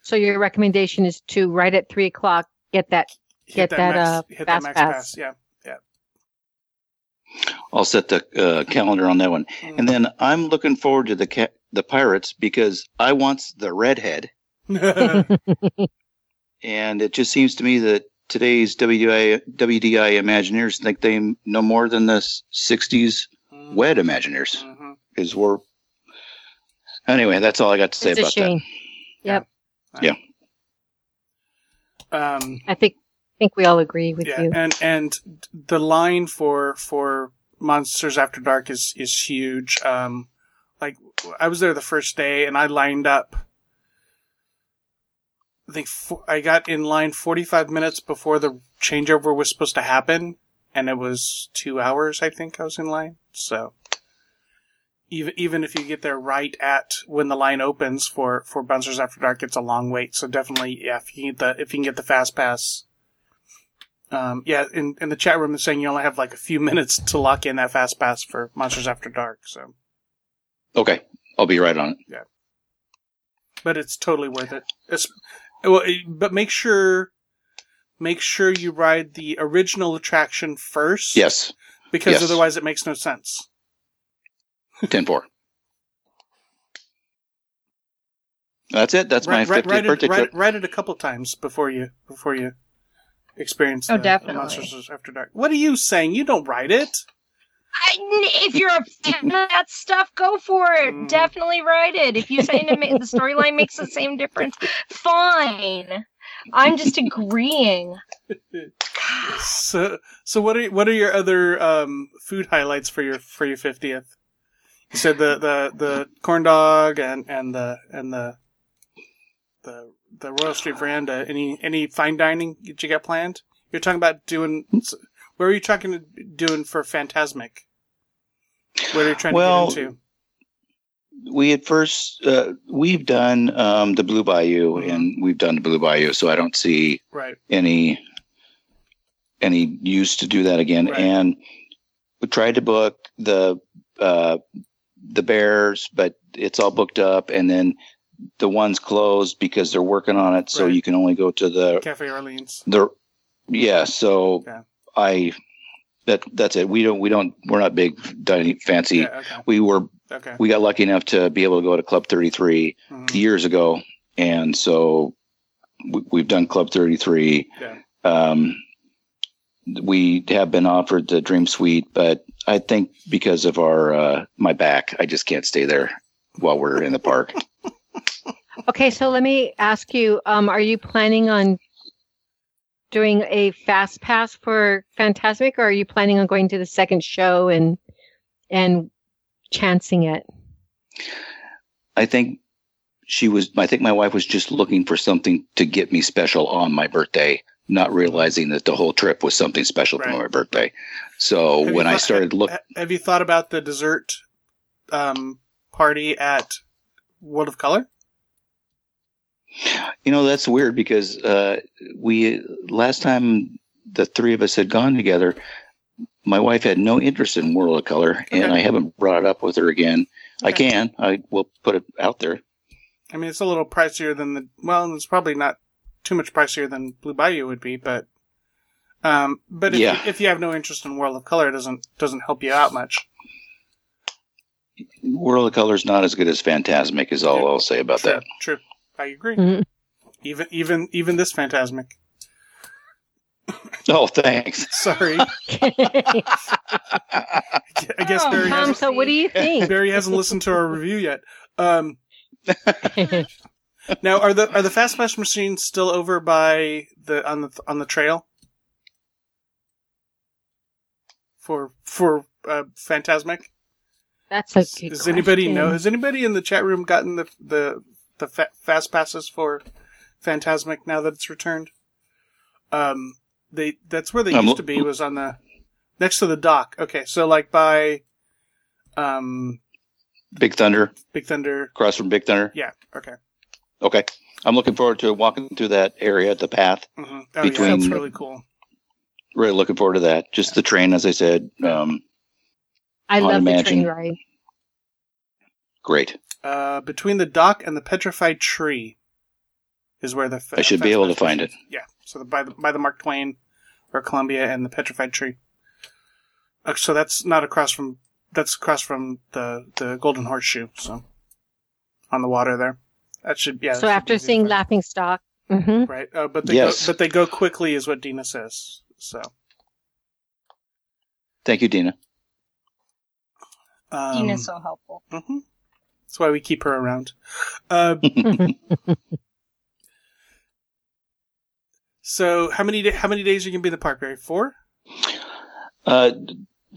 Speaker 4: so your recommendation is to right at three o'clock get that. Get that, uh,
Speaker 1: hit
Speaker 4: fast
Speaker 1: that max
Speaker 4: pass.
Speaker 1: pass. Yeah,
Speaker 3: I'll set the uh, calendar on that one. And then I'm looking forward to the ca- the pirates because I wants the redhead,
Speaker 1: Mm. <laughs>
Speaker 3: and it just seems to me that today's WDI, WDI Imagineers think they know more than the s- '60s wed Imagineers
Speaker 1: Mhm.
Speaker 3: is we're. Anyway, that's all I got to say
Speaker 4: It's a
Speaker 3: about that.
Speaker 4: shame.
Speaker 1: Um,
Speaker 4: I think I think we all agree with
Speaker 1: yeah,
Speaker 4: you.
Speaker 1: and and the line for for Monsters After Dark is is huge. Um, like I was there the first day, and I lined up. I think fo- I got in line forty five minutes before the changeover was supposed to happen, and it was two hours. I think I was in line. So even even if you get there right at when the line opens for for Monsters After Dark, it's a long wait. So definitely, yeah, if you get the if you can get the fast pass. Um, yeah, in, in the chat room, they're saying you only have like a few <laughs> minutes to lock in that fast pass for Monsters After Dark. So,
Speaker 3: Okay, I'll be right on it.
Speaker 1: but it's totally worth it. It's, well, it- but make sure, make sure you ride the original attraction first.
Speaker 3: Yes,
Speaker 1: because
Speaker 3: yes.
Speaker 1: otherwise it makes no sense.
Speaker 3: ten four. That's it. That's
Speaker 1: Ri-
Speaker 3: my
Speaker 1: ri-
Speaker 3: fiftieth
Speaker 1: ride,
Speaker 3: birthday
Speaker 1: it, ride,
Speaker 3: trip.
Speaker 1: it- ride it a couple times before you before you experience.
Speaker 2: Oh,
Speaker 1: the
Speaker 2: definitely.
Speaker 1: Monsters After Dark. What are you saying? You don't ride it.
Speaker 2: I, if you're a fan of that stuff, go for it.
Speaker 1: Mm.
Speaker 2: Definitely write it. If you say to ma- the storyline makes the same difference, fine.
Speaker 3: <laughs>
Speaker 2: I'm just agreeing.
Speaker 3: Um,
Speaker 1: So, so what are what are your other um, food highlights for your for your fiftieth? You said the, the, the corn dog and, and the and the the the Royal Street Veranda. Any any fine dining that you got planned? You're talking about doing. Where are you talking to doing for Phantasmic? What are you trying
Speaker 3: Well,
Speaker 1: to get into?
Speaker 3: we had first uh, we've done um, the blue bayou
Speaker 1: Mhm.
Speaker 3: and we've done the blue bayou so i don't see
Speaker 1: Right.
Speaker 3: any any use to do that again
Speaker 1: Right.
Speaker 3: and we tried to book the uh, the bears but it's all booked up and then the one's closed because they're working on it so
Speaker 1: Right.
Speaker 3: you can only go to the
Speaker 1: Cafe Orleans.
Speaker 3: the yeah so
Speaker 1: Yeah.
Speaker 3: i that that's it we don't we don't we're not big dining fancy
Speaker 1: Yeah. Okay.
Speaker 3: we were
Speaker 1: Okay.
Speaker 3: we got lucky enough to be able to go to club 33
Speaker 1: Mhm.
Speaker 3: years ago, and so we, we've done Club Thirty Three.
Speaker 1: Yeah.
Speaker 3: Um, we have been offered the Dream Suite, but I think because of our uh, my back, I just can't stay there while we're in
Speaker 1: <laughs>
Speaker 3: the park.
Speaker 4: Okay, so let me ask you: um, Are you planning on doing a fast pass for Fantasmic, or are you planning on going to the second show and and chancing it?
Speaker 3: I think she was i think my wife was just looking for something to get me special on my birthday not realizing that the whole trip was something special
Speaker 1: Right.
Speaker 3: for my birthday so
Speaker 1: Have you
Speaker 3: when i
Speaker 1: thought-
Speaker 3: started looking
Speaker 1: Ha- Have you thought about the dessert um, party at World of Color?
Speaker 3: you know that's weird because uh, we last time the three of us had gone together my wife had no interest in world of color and
Speaker 1: Okay.
Speaker 3: i haven't brought it up with her again i
Speaker 1: Okay.
Speaker 3: can i will put it out there
Speaker 1: I mean, it's a little pricier than the. Well, it's probably not too much pricier than Blue Bayou would be, but um, but if,
Speaker 3: Yeah.
Speaker 1: you, if you have no interest in World of Color, it doesn't doesn't help you out much.
Speaker 3: world of color is not as good as phantasmic is all
Speaker 1: Yeah.
Speaker 3: i'll say about
Speaker 1: true,
Speaker 3: that
Speaker 1: True, I agree.
Speaker 4: Mhm.
Speaker 1: Even even even this phantasmic.
Speaker 3: oh thanks
Speaker 1: <laughs>
Speaker 3: <laughs>
Speaker 1: Sorry, I guess
Speaker 2: Oh,
Speaker 1: Barry
Speaker 4: Tom,
Speaker 2: Tom,
Speaker 1: hasn't,
Speaker 4: so what do
Speaker 1: <laughs>
Speaker 4: you think?
Speaker 1: Barry hasn't listened to our review yet. Um, now are the are the fast flash machines still over by the on the on the trail for for uh, phantasmic?
Speaker 4: That's a good
Speaker 1: Does anybody
Speaker 4: question.
Speaker 1: know? Has anybody in the chat room gotten the the the fa- fast passes for Phantasmic now that it's returned? Um, they that's where they
Speaker 3: Um,
Speaker 1: used to be was on the next to the dock. Okay, so like by um
Speaker 3: big thunder
Speaker 1: Big Thunder.
Speaker 3: across from big thunder
Speaker 1: Yeah. Okay.
Speaker 3: okay i'm looking forward to walking through that area the path
Speaker 1: hmm Oh,
Speaker 3: Between-
Speaker 1: yeah, that's really cool.
Speaker 3: really looking forward to that just the train as i said um,
Speaker 4: I
Speaker 3: I'd
Speaker 4: love the
Speaker 3: imagine.
Speaker 4: train ride.
Speaker 3: great
Speaker 1: Uh, between the dock and the petrified tree is where the fa-
Speaker 3: I should be
Speaker 1: Fast
Speaker 3: able to
Speaker 1: Pass
Speaker 3: find
Speaker 1: is. Yeah. So the, by the by the Mark Twain or Columbia and the petrified tree. Uh, So that's not across from that's across from the the Golden Horseshoe. So on the water there, that should yeah. that
Speaker 4: so
Speaker 1: should be
Speaker 4: after
Speaker 1: easy to
Speaker 4: seeing
Speaker 1: find.
Speaker 4: Laughing Stock, hmm
Speaker 1: right? Uh, but they
Speaker 3: Yes.
Speaker 1: go, but they go quickly is what Dina says. So
Speaker 3: thank you dina
Speaker 1: um,
Speaker 2: Dina's so helpful.
Speaker 1: hmm That's why we keep her around. Uh, so how many da- how many days are you gonna be in the park? Barry? Four.
Speaker 3: Uh,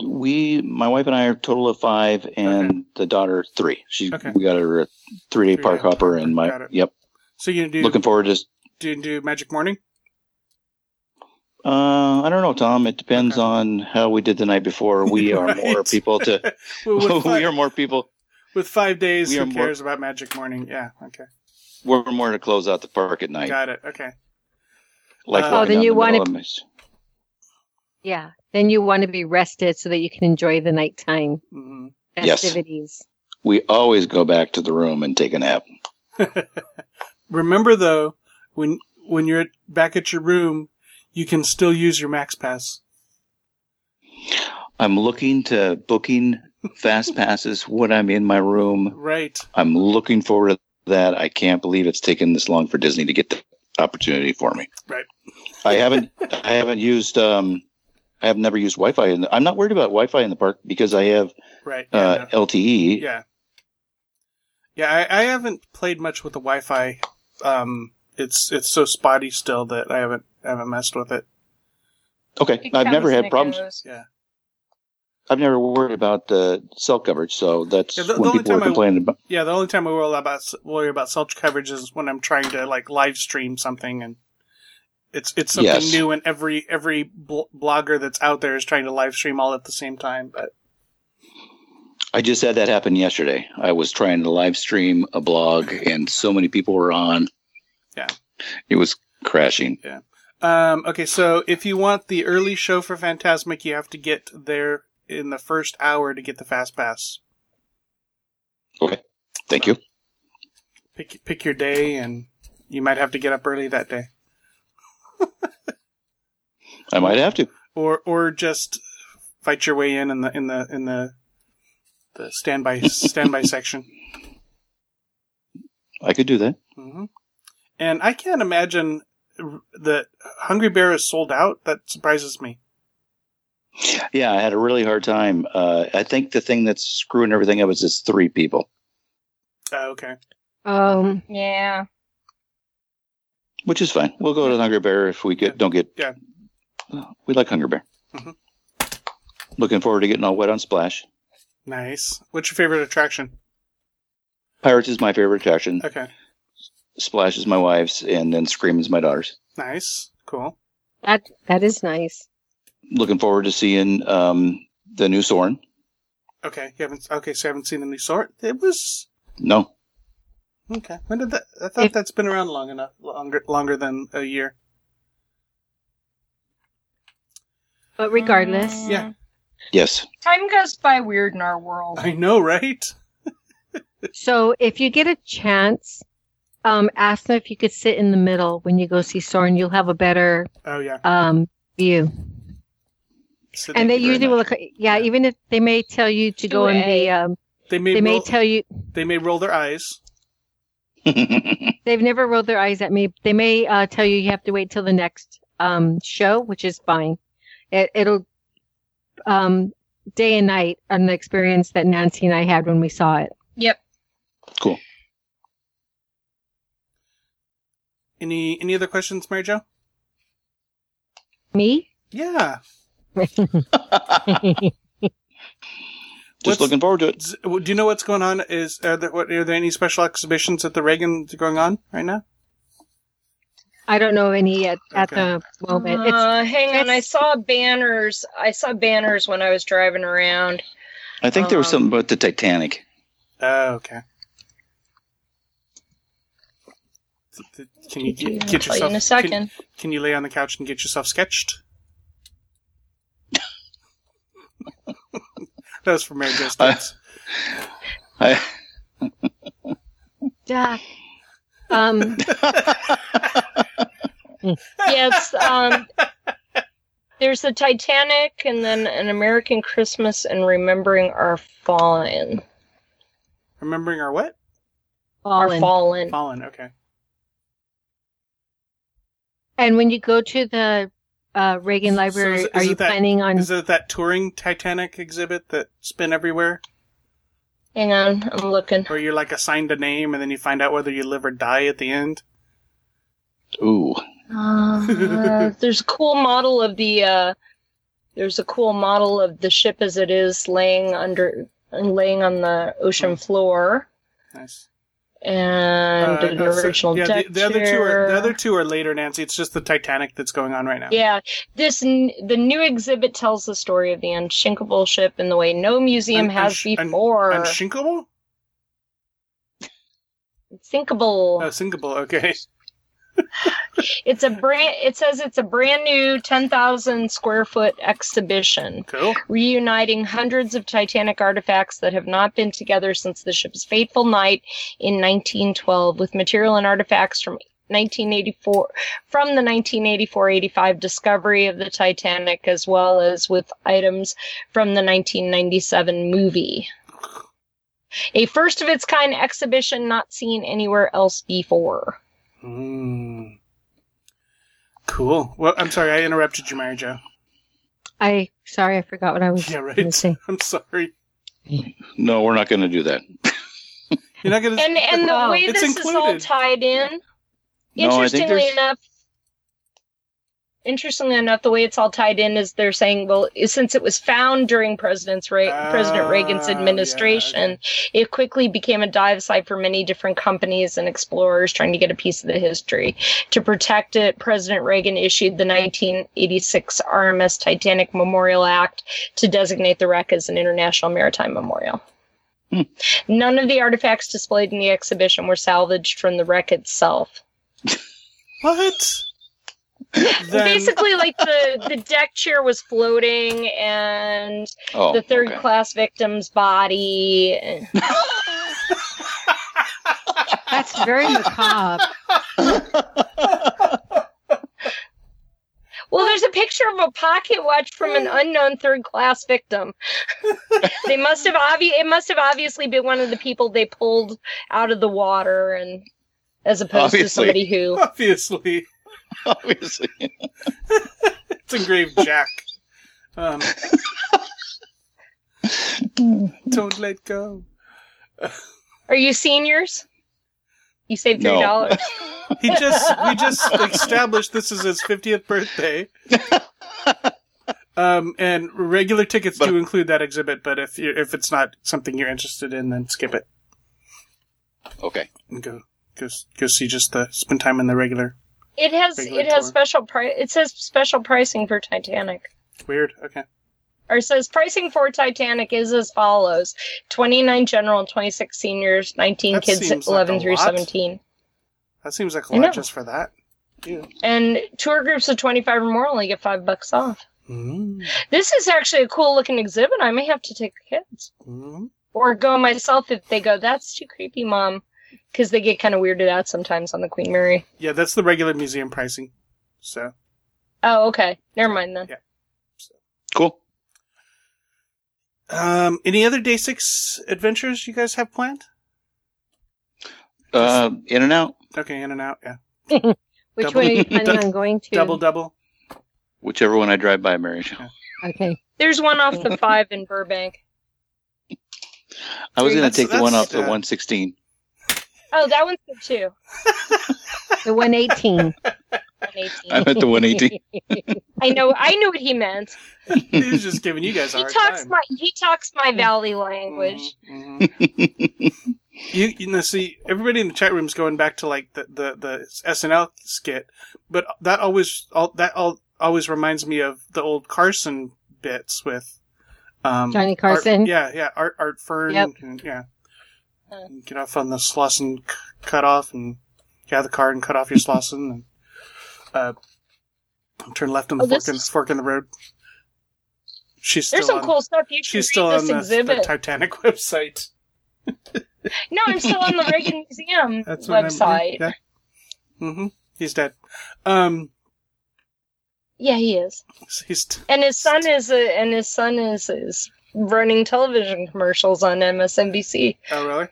Speaker 3: we, my wife and I, are a total of five, and the daughter three. She,
Speaker 1: Okay.
Speaker 3: we got her a three-day
Speaker 1: Three-day
Speaker 3: park hopper,
Speaker 1: Got
Speaker 3: and my,
Speaker 1: it.
Speaker 3: yep.
Speaker 1: So you gonna do
Speaker 3: Looking forward to.
Speaker 1: do, do Magic Morning?
Speaker 3: Uh, I don't know, Tom. It depends
Speaker 1: Okay.
Speaker 3: on how we did the night before.
Speaker 1: <laughs>
Speaker 3: We are more
Speaker 1: Right. <laughs>
Speaker 3: people to.
Speaker 1: Well, with, five,
Speaker 3: <laughs> we are more people.
Speaker 1: with five days,
Speaker 3: we
Speaker 1: who
Speaker 3: are more-
Speaker 1: cares about Magic Morning? Yeah, okay,
Speaker 3: We're more to close out the park at night.
Speaker 1: got it. Okay,
Speaker 3: Like
Speaker 1: Oh,
Speaker 3: walking
Speaker 4: then
Speaker 3: down
Speaker 4: you
Speaker 3: the
Speaker 4: wanna-
Speaker 3: middle of this.
Speaker 4: Yeah. Then you want to be rested so that you can enjoy the nighttime
Speaker 1: hmm
Speaker 3: Yes.
Speaker 4: festivities.
Speaker 3: We always go back to the room and take a nap.
Speaker 1: Remember though, when when you're back at your room, you can still use your Max Pass.
Speaker 3: I'm looking to booking fast passes when I'm in my room.
Speaker 1: Right.
Speaker 3: I'm looking forward to that. I can't believe it's taken this long for Disney to get the opportunity for me.
Speaker 1: Right.
Speaker 3: I haven't <laughs> I haven't used um I have never used Wi-Fi in the, I'm not worried about Wi-Fi in the park because I have
Speaker 1: Right. Yeah.
Speaker 3: uh,
Speaker 1: no.
Speaker 3: LTE.
Speaker 1: yeah. Yeah, I, I haven't played much with the Wi-Fi. Um, it's it's so spotty still that I haven't I haven't messed with it.
Speaker 3: Okay. I've never had problems. I've never worried about the cell coverage, so that's
Speaker 1: Yeah, the- the
Speaker 3: when
Speaker 1: only
Speaker 3: people were
Speaker 1: time I-
Speaker 3: complaining about
Speaker 1: Yeah, the only time I worry about worry about cell coverage is when I'm trying to like live stream something, and it's it's something
Speaker 3: Yes.
Speaker 1: new, and every every bl- blogger that's out there is trying to live stream all at the same time. But
Speaker 3: I just had that happen yesterday. I was trying to live stream a blog and so many people were on.
Speaker 1: Yeah.
Speaker 3: It was crashing.
Speaker 1: um, okay, so if you want the early show for Fantasmic, you have to get there in the first hour to get the fast pass.
Speaker 3: Thank you.
Speaker 1: Pick pick your day, and you might have to get up early that day,
Speaker 3: I might have to.
Speaker 1: or or just fight your way in in the in the in the the standby standby section.
Speaker 3: I could do that.
Speaker 1: hmm And I can't imagine r- that Hungry Bear is sold out. That surprises me.
Speaker 3: Yeah, I had a really hard time. Uh, I think the thing that's screwing everything up is it's three people,
Speaker 1: Uh, okay.
Speaker 4: Um,
Speaker 2: Yeah.
Speaker 3: which is fine. We'll go to Hunger Bear if we get don't get.
Speaker 1: Yeah.
Speaker 3: we like Hunger Bear.
Speaker 1: Mhm.
Speaker 3: Looking forward to getting all wet on Splash.
Speaker 1: Nice. What's your favorite attraction?
Speaker 3: Pirates is my favorite attraction.
Speaker 1: Okay.
Speaker 3: Splash is my wife's, and then Scream is my daughter's.
Speaker 1: Nice. Cool.
Speaker 4: That that is nice.
Speaker 3: Looking forward to seeing um, the new Soren.
Speaker 1: Okay. You haven't. Okay. So you haven't seen the new sort. It was
Speaker 3: No,
Speaker 1: okay. When did that? I thought
Speaker 4: If-
Speaker 1: that's been around long enough. Longer. Longer than a year.
Speaker 4: But regardless,
Speaker 2: Mm.
Speaker 1: Yeah.
Speaker 3: yes, <laughs>
Speaker 2: Time goes by weird in our world.
Speaker 1: I know, right?
Speaker 4: so if you get a chance, um, ask them if you could sit in the middle when you go see Soren. You'll have a better
Speaker 1: Oh yeah.
Speaker 4: um, view.
Speaker 1: So thank
Speaker 4: and they
Speaker 1: you very
Speaker 4: usually will.
Speaker 1: much.
Speaker 4: Look, yeah, even if they may tell you to go in the, um,
Speaker 1: They may.
Speaker 4: they
Speaker 1: roll,
Speaker 4: may tell you
Speaker 1: they may roll their eyes.
Speaker 4: they've never rolled their eyes at me. They may uh, tell you you have to wait till the next um, show, which is fine. It, it'll um, day and night an experience that Nancy and I had when we saw it.
Speaker 2: Yep.
Speaker 3: cool.
Speaker 1: Any Any other questions, Mary Jo?
Speaker 4: Me?
Speaker 1: Yeah.
Speaker 3: Just
Speaker 4: I
Speaker 1: What's-
Speaker 3: looking forward to it.
Speaker 1: Z- Do you know what's going on? Is are there, what, are there any special exhibitions at the Reagan going on right now?
Speaker 4: don't know any at, at
Speaker 1: Okay.
Speaker 4: the moment. It's
Speaker 2: Uh, hang on, I
Speaker 4: it's-
Speaker 2: saw banners. I saw banners when I was driving around.
Speaker 3: I think there was
Speaker 1: Uh,
Speaker 2: Um,
Speaker 3: something about the Titanic.
Speaker 1: Oh, okay. Th- th- Can you
Speaker 2: I'll
Speaker 1: get,
Speaker 2: tell
Speaker 1: get
Speaker 2: you
Speaker 1: yourself
Speaker 2: in a
Speaker 1: Can, <laughs>
Speaker 2: second.
Speaker 1: can you lay on the couch and get yourself
Speaker 2: <laughs>
Speaker 1: sketched? that was for Mary Jo's
Speaker 3: I-
Speaker 2: <laughs>
Speaker 1: kids.
Speaker 3: I,
Speaker 4: uh, um,
Speaker 2: yes, um, there's the Titanic, and then an American Christmas, and remembering our fallen,
Speaker 1: Remembering our what?
Speaker 2: <laughs> our
Speaker 4: fallen.
Speaker 2: fallen.
Speaker 1: Fallen. Okay.
Speaker 4: And when you go to the uh, Reagan
Speaker 1: So is-
Speaker 4: Library,
Speaker 1: is
Speaker 4: are
Speaker 1: it
Speaker 4: you
Speaker 1: that-
Speaker 4: planning on?
Speaker 1: Is it that touring Titanic exhibit that's been everywhere,
Speaker 2: Hang on, I'm looking.
Speaker 1: where you're like assigned a name and then you find out whether you live or die at the end?
Speaker 3: ooh,
Speaker 2: <laughs> Uh, there's a cool model of the. Uh, there's a cool model of the ship as it is laying under, laying on the ocean floor,
Speaker 1: Nice.
Speaker 2: and
Speaker 1: Uh,
Speaker 2: an
Speaker 1: uh, so-
Speaker 2: original
Speaker 1: yeah,
Speaker 2: deck
Speaker 1: the, the other two are the
Speaker 2: chair.
Speaker 1: other two are later, Nancy. It's just the Titanic that's going on right now.
Speaker 2: Yeah, this n- the new exhibit tells the story of the unsinkable ship in the way no
Speaker 1: Un-
Speaker 2: museum has
Speaker 1: unsh- un-
Speaker 2: before.
Speaker 1: Unshinkable?
Speaker 2: Unsinkable.
Speaker 1: Oh, sinkable. Okay. <laughs>
Speaker 2: It's a brand. It says it's a brand new ten thousand square foot exhibition.
Speaker 1: Cool.
Speaker 2: Reuniting hundreds of Titanic artifacts that have not been together since the ship's fateful night in 1912, with material and artifacts from 1984 from the 1984-85 discovery of the Titanic, as well as with items from the 1997 movie. A first of its kind exhibition not seen anywhere else before.
Speaker 1: Mm. Cool. Well, I'm sorry, I interrupted you, Mary Jo. <laughs>
Speaker 4: I sorry, I forgot what I was
Speaker 1: Yeah,
Speaker 4: going to
Speaker 1: right.
Speaker 4: say.
Speaker 1: I'm sorry.
Speaker 3: no, we're not going to do that.
Speaker 1: You're not gonna.
Speaker 2: And and the
Speaker 4: Wow.
Speaker 2: way
Speaker 1: It's
Speaker 2: this is all
Speaker 1: included.
Speaker 2: tied
Speaker 3: No,
Speaker 2: in,
Speaker 3: I think
Speaker 2: interestingly
Speaker 3: there's.
Speaker 2: enough interestingly enough the way it's all tied in is they're saying well since it was found during president's Re- president
Speaker 1: Ah,
Speaker 2: reagan's
Speaker 1: yeah,
Speaker 2: administration
Speaker 1: okay.
Speaker 2: it quickly became a dive site for many different companies and explorers trying to get a piece of the history to protect it president reagan issued the 1986 rms titanic memorial act to designate the wreck as an international maritime memorial
Speaker 3: Hmm.
Speaker 2: none of the artifacts displayed in the exhibition were salvaged from the wreck itself <laughs>
Speaker 1: what? then,
Speaker 2: basically like the the deck chair was floating and
Speaker 3: Oh,
Speaker 2: the third
Speaker 3: okay.
Speaker 2: class victim's body
Speaker 4: That's
Speaker 1: <laughs>
Speaker 4: very macabre.
Speaker 2: well there's a picture of a pocket watch from an unknown third class victim they must have obvi- it must have obviously been one of the people they pulled out of the water and as opposed to
Speaker 3: Obviously.
Speaker 2: somebody who
Speaker 1: obviously,
Speaker 3: <laughs> Obviously,
Speaker 1: it's engraved Jack.
Speaker 2: <laughs>
Speaker 1: Um, don't let go.
Speaker 2: are you seniors you saved three
Speaker 3: No.
Speaker 2: dollars
Speaker 3: <laughs>
Speaker 1: He just we just established this is his 50th
Speaker 2: <laughs>
Speaker 1: birthday. Um, and regular tickets
Speaker 3: But-
Speaker 1: do include that exhibit, but if you if it's not something you're interested in, then skip it
Speaker 3: okay.
Speaker 1: and go Go s- go see just the spend time in the regular.
Speaker 2: It has
Speaker 1: Regular
Speaker 2: it has
Speaker 1: tour.
Speaker 2: special price. It says special pricing for Titanic.
Speaker 1: Weird. Okay.
Speaker 2: or says pricing for Titanic is as follows: twenty nine general, twenty six seniors, nineteen
Speaker 1: That
Speaker 2: kids,
Speaker 1: seems like
Speaker 2: eleven
Speaker 1: a
Speaker 2: through
Speaker 1: lot.
Speaker 2: seventeen,
Speaker 1: That seems like a
Speaker 2: I know.
Speaker 1: lot just for that. Ew.
Speaker 2: and tour groups of twenty five or more only get five bucks off.
Speaker 1: Mm.
Speaker 2: This is actually a cool looking exhibit. I may have to take the kids
Speaker 1: Mm.
Speaker 2: or go myself if they go. That's too creepy, mom, because they get kind of weirded out sometimes on the Queen Mary.
Speaker 1: Yeah, that's the regular museum pricing. So
Speaker 2: Oh, okay, never mind then.
Speaker 1: Yeah.
Speaker 3: Cool.
Speaker 1: Um, any other day six adventures you guys have planned?
Speaker 3: Uh, in and out,
Speaker 1: Okay, in and out, yeah.
Speaker 4: Which
Speaker 1: Double-
Speaker 4: one are you planning
Speaker 1: double-
Speaker 4: on going to?
Speaker 1: Double
Speaker 2: <laughs>
Speaker 1: double.
Speaker 3: whichever one I drive by, Mary. Jo.
Speaker 4: Okay.
Speaker 2: There's one off the five in Burbank.
Speaker 3: I was going
Speaker 1: That's-
Speaker 3: to take the one
Speaker 1: that's,
Speaker 3: off the
Speaker 1: uh,
Speaker 3: 116.
Speaker 2: Oh, that one's good too.
Speaker 4: The 118.
Speaker 1: <laughs>
Speaker 2: 118.
Speaker 3: I'm at the <laughs> 118.
Speaker 2: I know. I knew what he meant.
Speaker 1: He's just giving you guys a
Speaker 2: he
Speaker 1: hard
Speaker 2: talks
Speaker 1: time.
Speaker 2: my he talks my valley language.
Speaker 1: Mhm, mhm. you you know see everybody in the chat room's going back to like the the, the SNL skit, but that always all that all always reminds me of the old Carson bits with um
Speaker 4: Johnny
Speaker 1: Art-
Speaker 4: Carson.
Speaker 1: yeah, yeah, Art Art Fern.
Speaker 4: Yep.
Speaker 1: and- yeah.
Speaker 2: Huh.
Speaker 1: You Get off on the Slauson c- cut off and get out of the car and cut off your Slauson and uh, turn left on the
Speaker 2: Oh,
Speaker 1: fork,
Speaker 2: this
Speaker 1: in,
Speaker 2: is-
Speaker 1: fork in the road. She's still
Speaker 2: There's some
Speaker 1: on,
Speaker 2: cool stuff you should
Speaker 1: She's still
Speaker 2: read
Speaker 1: on
Speaker 2: this
Speaker 1: the, the
Speaker 2: exhibit.
Speaker 1: Titanic <laughs> website.
Speaker 2: no, I'm still
Speaker 1: <laughs>
Speaker 2: on the Reagan Museum
Speaker 1: That's what
Speaker 2: website.
Speaker 1: I'm, yeah. Mm-hmm. He's dead. Um,
Speaker 2: yeah, he is.
Speaker 1: he's t-
Speaker 2: And his son is a, and his son is is running television commercials on MSNBC.
Speaker 1: oh really?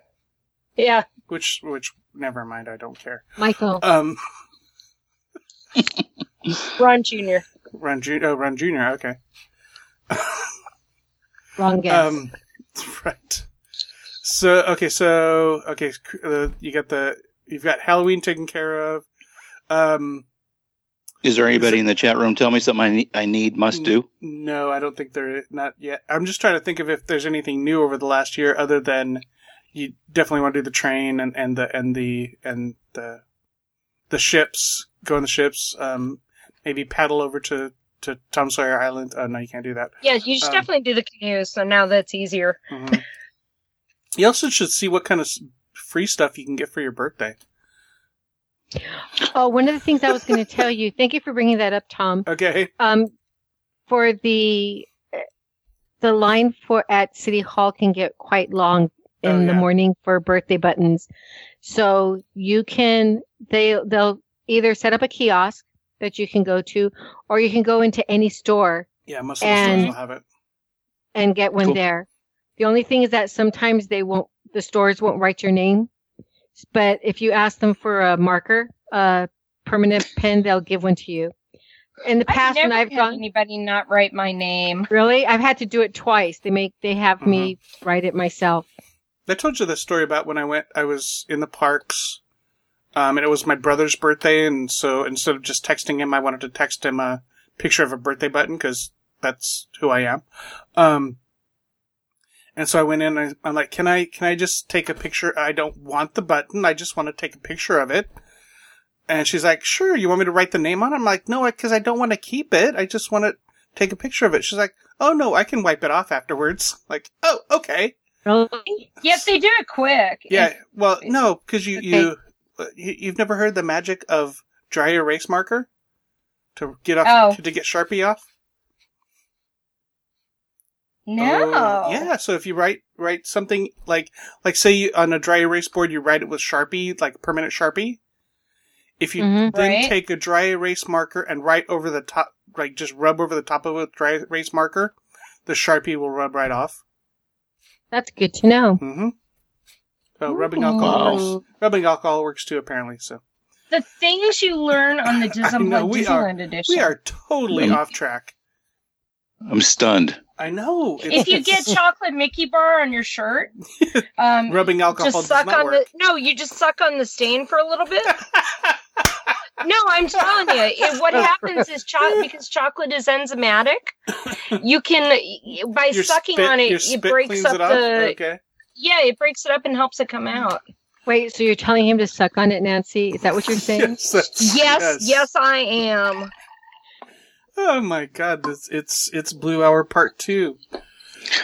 Speaker 2: Yeah.
Speaker 1: Which which never mind. I don't care.
Speaker 4: Michael.
Speaker 1: Um,
Speaker 2: Ron Jr.
Speaker 1: Ron Jr. Oh, Ron Jr. Okay.
Speaker 4: Wrong guess.
Speaker 1: Um, <laughs> right. So okay, so okay, uh, you got the you've got Halloween taken care of. Um,
Speaker 3: Is there anybody in the chat room? Tell me something I need, I need must do.
Speaker 1: no, I don't think they're not yet. I'm just trying to think of if there's anything new over the last year other than you definitely want to do the train and, and the and the and the the ships, go on the ships. Um, maybe paddle over to to Tom Sawyer Island. Oh no, you can't do that.
Speaker 2: Yeah, you should
Speaker 1: Um,
Speaker 2: definitely do the canoe. So now that's easier.
Speaker 1: hmm You also should see what kind of s- free stuff you can get for your birthday.
Speaker 4: oh, one of the things I was going to tell you. Thank you for bringing that up, Tom.
Speaker 1: Okay.
Speaker 4: Um, for the the line for at City Hall can get quite long in
Speaker 1: Oh,
Speaker 4: the
Speaker 1: yeah.
Speaker 4: morning for birthday buttons. So you can they they'll either set up a kiosk that you can go to, or you can go into any store
Speaker 1: Yeah, most of the stores
Speaker 4: And-
Speaker 1: will have it.
Speaker 4: and get one
Speaker 3: Cool.
Speaker 4: there. The only thing is that sometimes they won't, the stores won't write your name. But if you ask them for a marker, a permanent pen, they'll give one to you. In the past,
Speaker 2: I've
Speaker 4: when
Speaker 2: never
Speaker 4: I've
Speaker 2: had
Speaker 4: gone,
Speaker 2: anybody not write my name.
Speaker 4: really, I've had to do it twice. They make, they have me
Speaker 1: Mm-hmm.
Speaker 4: write it myself.
Speaker 1: I told you the story about when I went. I was in the parks, um, and it was my brother's birthday, and so instead of just texting him, I wanted to text him a picture of a birthday button because that's who I am. Um, and so I went in. And I, I'm like, can I can I just take a picture? I don't want the button. I just want to take a picture of it. And she's like, sure. You want me to write the name on it? I'm like, no, because I don't want to keep it. I just want to take a picture of it. She's like, oh no, I can wipe it off afterwards. <laughs> Like, oh okay. Mm-hmm.
Speaker 4: Really?
Speaker 2: Yet they do it quick.
Speaker 1: Yeah, well, no, because you,
Speaker 4: Okay.
Speaker 1: you uh, you you've never heard the magic of dry erase marker to get off
Speaker 2: Oh.
Speaker 1: to, get Sharpie off.
Speaker 2: No.
Speaker 1: Oh, yeah, so if you write write something like like say you, on a dry erase board you write it with Sharpie like permanent Sharpie. If you then
Speaker 4: Mhm.
Speaker 2: Mm-hmm. Right.
Speaker 1: take a dry erase marker and write over the top, like just rub over the top of it with dry erase marker, the Sharpie will rub right off.
Speaker 4: That's good to know.
Speaker 1: Mm-hmm. So rubbing alcohol
Speaker 3: Wow.
Speaker 1: works. Rubbing alcohol works too, apparently. So.
Speaker 2: The things you learn on
Speaker 1: <laughs>
Speaker 2: the
Speaker 1: I
Speaker 2: Disneyland,
Speaker 1: know, we are-
Speaker 2: Disneyland edition.
Speaker 1: We are totally
Speaker 2: mm.
Speaker 3: Um,
Speaker 1: off track.
Speaker 3: I'm stunned.
Speaker 1: I know.
Speaker 2: if you get
Speaker 1: <laughs>
Speaker 2: chocolate Mickey bar on your shirt, um,
Speaker 1: rubbing alcohol,
Speaker 2: just suck
Speaker 1: does not
Speaker 2: on
Speaker 1: work.
Speaker 2: the no. You just suck on the stain for a little bit. no, I'm telling you,
Speaker 1: <laughs>
Speaker 2: it, what happens is chocolate because chocolate is enzymatic. You can by
Speaker 1: Your
Speaker 2: sucking
Speaker 1: spit-
Speaker 2: on
Speaker 1: your
Speaker 2: it, it
Speaker 1: spit
Speaker 2: breaks
Speaker 1: cleans
Speaker 2: up
Speaker 1: it off?
Speaker 2: the
Speaker 1: Okay.
Speaker 2: yeah, it breaks it up and helps it come out.
Speaker 4: Wait, so you're telling him to suck on it, Nancy? Is that
Speaker 1: <laughs>
Speaker 4: what you're saying?
Speaker 1: Yes, that's-
Speaker 2: Yes, yes, I am.
Speaker 1: Oh my god, this it's it's Blue Hour Part Two.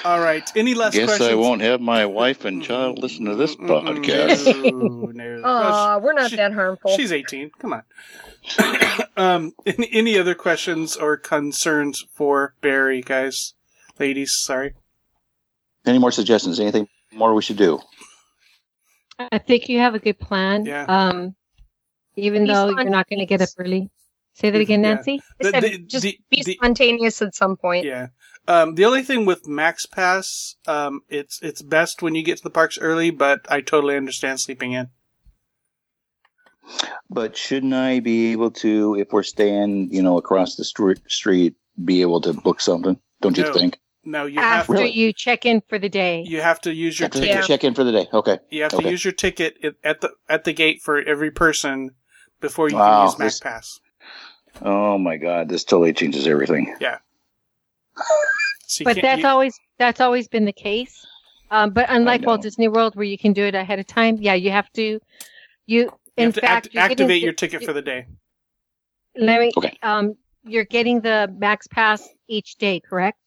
Speaker 1: All right. Any last
Speaker 3: Guess
Speaker 1: questions?
Speaker 3: I won't have my wife and child listen to this
Speaker 1: Mm-mm,
Speaker 3: podcast.
Speaker 1: No, no. Well,
Speaker 2: Aw, we're not
Speaker 1: she-
Speaker 2: that harmful.
Speaker 1: She's 18. Come on. <coughs> um, any, any other questions or concerns for Barry, guys? Ladies, sorry.
Speaker 3: <laughs> Any more suggestions? Anything more we should do?
Speaker 4: I think you have a good plan.
Speaker 1: Yeah.
Speaker 4: Um, even
Speaker 2: Be
Speaker 4: though you're not going to get up early. Say that again,
Speaker 1: Mm-hmm. Yeah.
Speaker 4: Nancy.
Speaker 2: I said,
Speaker 1: The- the-
Speaker 2: just
Speaker 1: the-
Speaker 2: be
Speaker 1: the-
Speaker 2: spontaneous at some point.
Speaker 1: Yeah. Um, the only thing with Max Pass, um, it's it's best when you get to the parks early, but I totally understand sleeping in.
Speaker 3: But shouldn't I be able to, if we're staying, you know, across the street, street be able to book something? Don't you
Speaker 1: No.
Speaker 3: think?
Speaker 1: No, you have
Speaker 4: After
Speaker 1: to,
Speaker 3: Really?
Speaker 4: you check in for the day.
Speaker 1: you have to use your
Speaker 3: Have to
Speaker 1: ticket.
Speaker 3: Check in for the day. Okay.
Speaker 1: You have to
Speaker 3: Okay.
Speaker 1: use your ticket at- at the at the gate for every person before you
Speaker 3: Wow,
Speaker 1: can use Max
Speaker 3: this-
Speaker 1: Pass.
Speaker 3: Oh my God, this totally changes everything.
Speaker 1: So you
Speaker 4: but
Speaker 1: can't-
Speaker 4: that's
Speaker 1: you-
Speaker 4: always that's always been the case. Um, but unlike Walt
Speaker 3: know.
Speaker 4: Disney World, where you can do it ahead of time, yeah, you have to. You
Speaker 1: you
Speaker 4: in
Speaker 1: have to
Speaker 4: fact
Speaker 1: act-
Speaker 4: you're getting
Speaker 1: activate
Speaker 4: the-
Speaker 1: your ticket for the day.
Speaker 4: Let me.
Speaker 3: Okay.
Speaker 4: Um, you're getting the Max Pass each day, correct?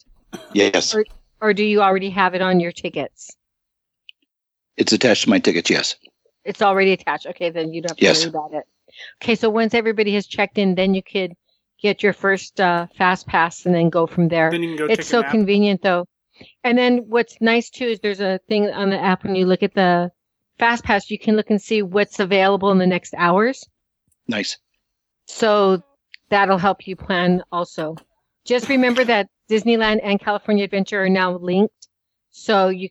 Speaker 3: Yes,
Speaker 4: Or do you already have it on your tickets?
Speaker 3: it's attached to my tickets. Yes.
Speaker 4: It's already attached. Okay, then you don't have to
Speaker 3: Yes.
Speaker 4: worry about it. Okay, so once everybody has checked in, then you could get your first uh, Fast Pass and then go from there.
Speaker 1: Then you can go take
Speaker 4: it's so
Speaker 1: a nap.
Speaker 4: convenient though. And then what's nice too is there's a thing on the app when you look at the fast pass, you can look and see what's available in the next hours.
Speaker 3: Nice.
Speaker 4: So that'll help you plan also. Just remember that Disneyland and California Adventure are now linked. So you,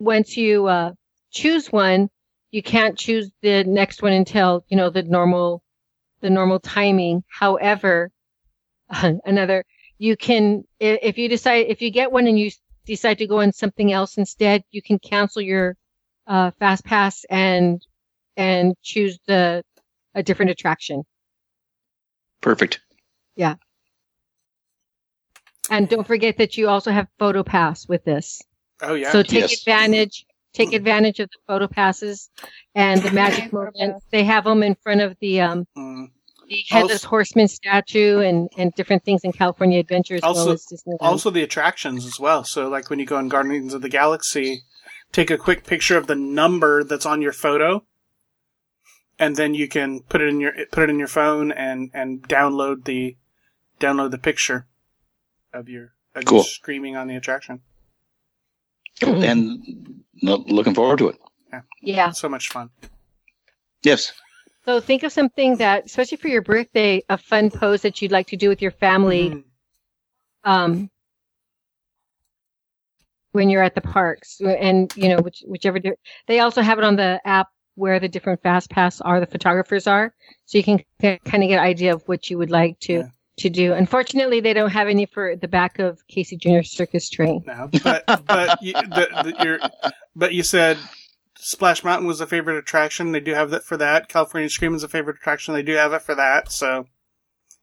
Speaker 4: once you uh, choose one, you can't choose the next one until you know the normal, the normal timing. However, <laughs> another you can i- if you decide if you get one and you s- decide to go on something else instead, you can cancel your uh, fast pass and and choose the a different attraction.
Speaker 3: Perfect.
Speaker 4: And don't forget that you also have photo pass with this.
Speaker 1: oh yeah.
Speaker 4: so take
Speaker 3: Yes.
Speaker 4: advantage, take advantage of the photo passes and the magic moments. They have them in front of the, um,
Speaker 1: Mm.
Speaker 4: the headless
Speaker 1: Also-
Speaker 4: horseman statue and, and different things in California Adventures. as
Speaker 1: Also-
Speaker 4: well as Disneyland.
Speaker 1: Also the attractions as well. So like when you go on Guardians of the Galaxy, take a quick picture of the number that's on your photo, and then you can put it in your put it in your phone and and download the download the picture of your of you
Speaker 3: Cool.
Speaker 1: screaming on the attraction.
Speaker 3: And no- looking forward to it.
Speaker 4: yeah.
Speaker 1: So much fun.
Speaker 3: Yes.
Speaker 4: So think of something that, especially for your birthday, a fun pose that you'd like to do with your family.
Speaker 1: Mhm.
Speaker 4: um, when you're at the parks and you know which, whichever di- they also have it on the app where the different fast pass are the photographers are so you can kind of get an idea of what you would like to
Speaker 1: Yeah.
Speaker 4: to do unfortunately they don't have any for the back of casey junior circus train
Speaker 1: No, but but you, the, the, your, but you said Splash Mountain was a favorite attraction. They do have that for that. California Scream is a favorite attraction. They do have it for that. So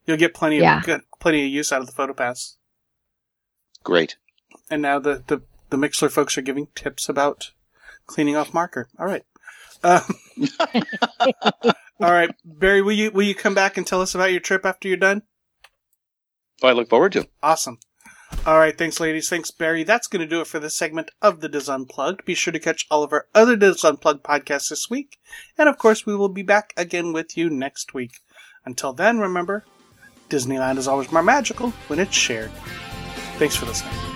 Speaker 1: you'll get plenty
Speaker 4: Yeah.
Speaker 1: of good, plenty of use out of the photo pass.
Speaker 3: Great.
Speaker 1: And now the the the Mixler folks are giving tips about cleaning off marker. All right. Um, <laughs> all right, Barry. Will you will you come back and tell us about your trip after you're done?
Speaker 3: I look forward to. it.
Speaker 1: Awesome. All right, thanks, ladies. Thanks, Barry. That's going to do it for this segment of the Diz Unplugged. Be sure to catch all of our other Diz Unplugged podcasts this week. And of course, we will be back again with you next week. Until then, remember Disneyland is always more magical when it's shared. Thanks for listening.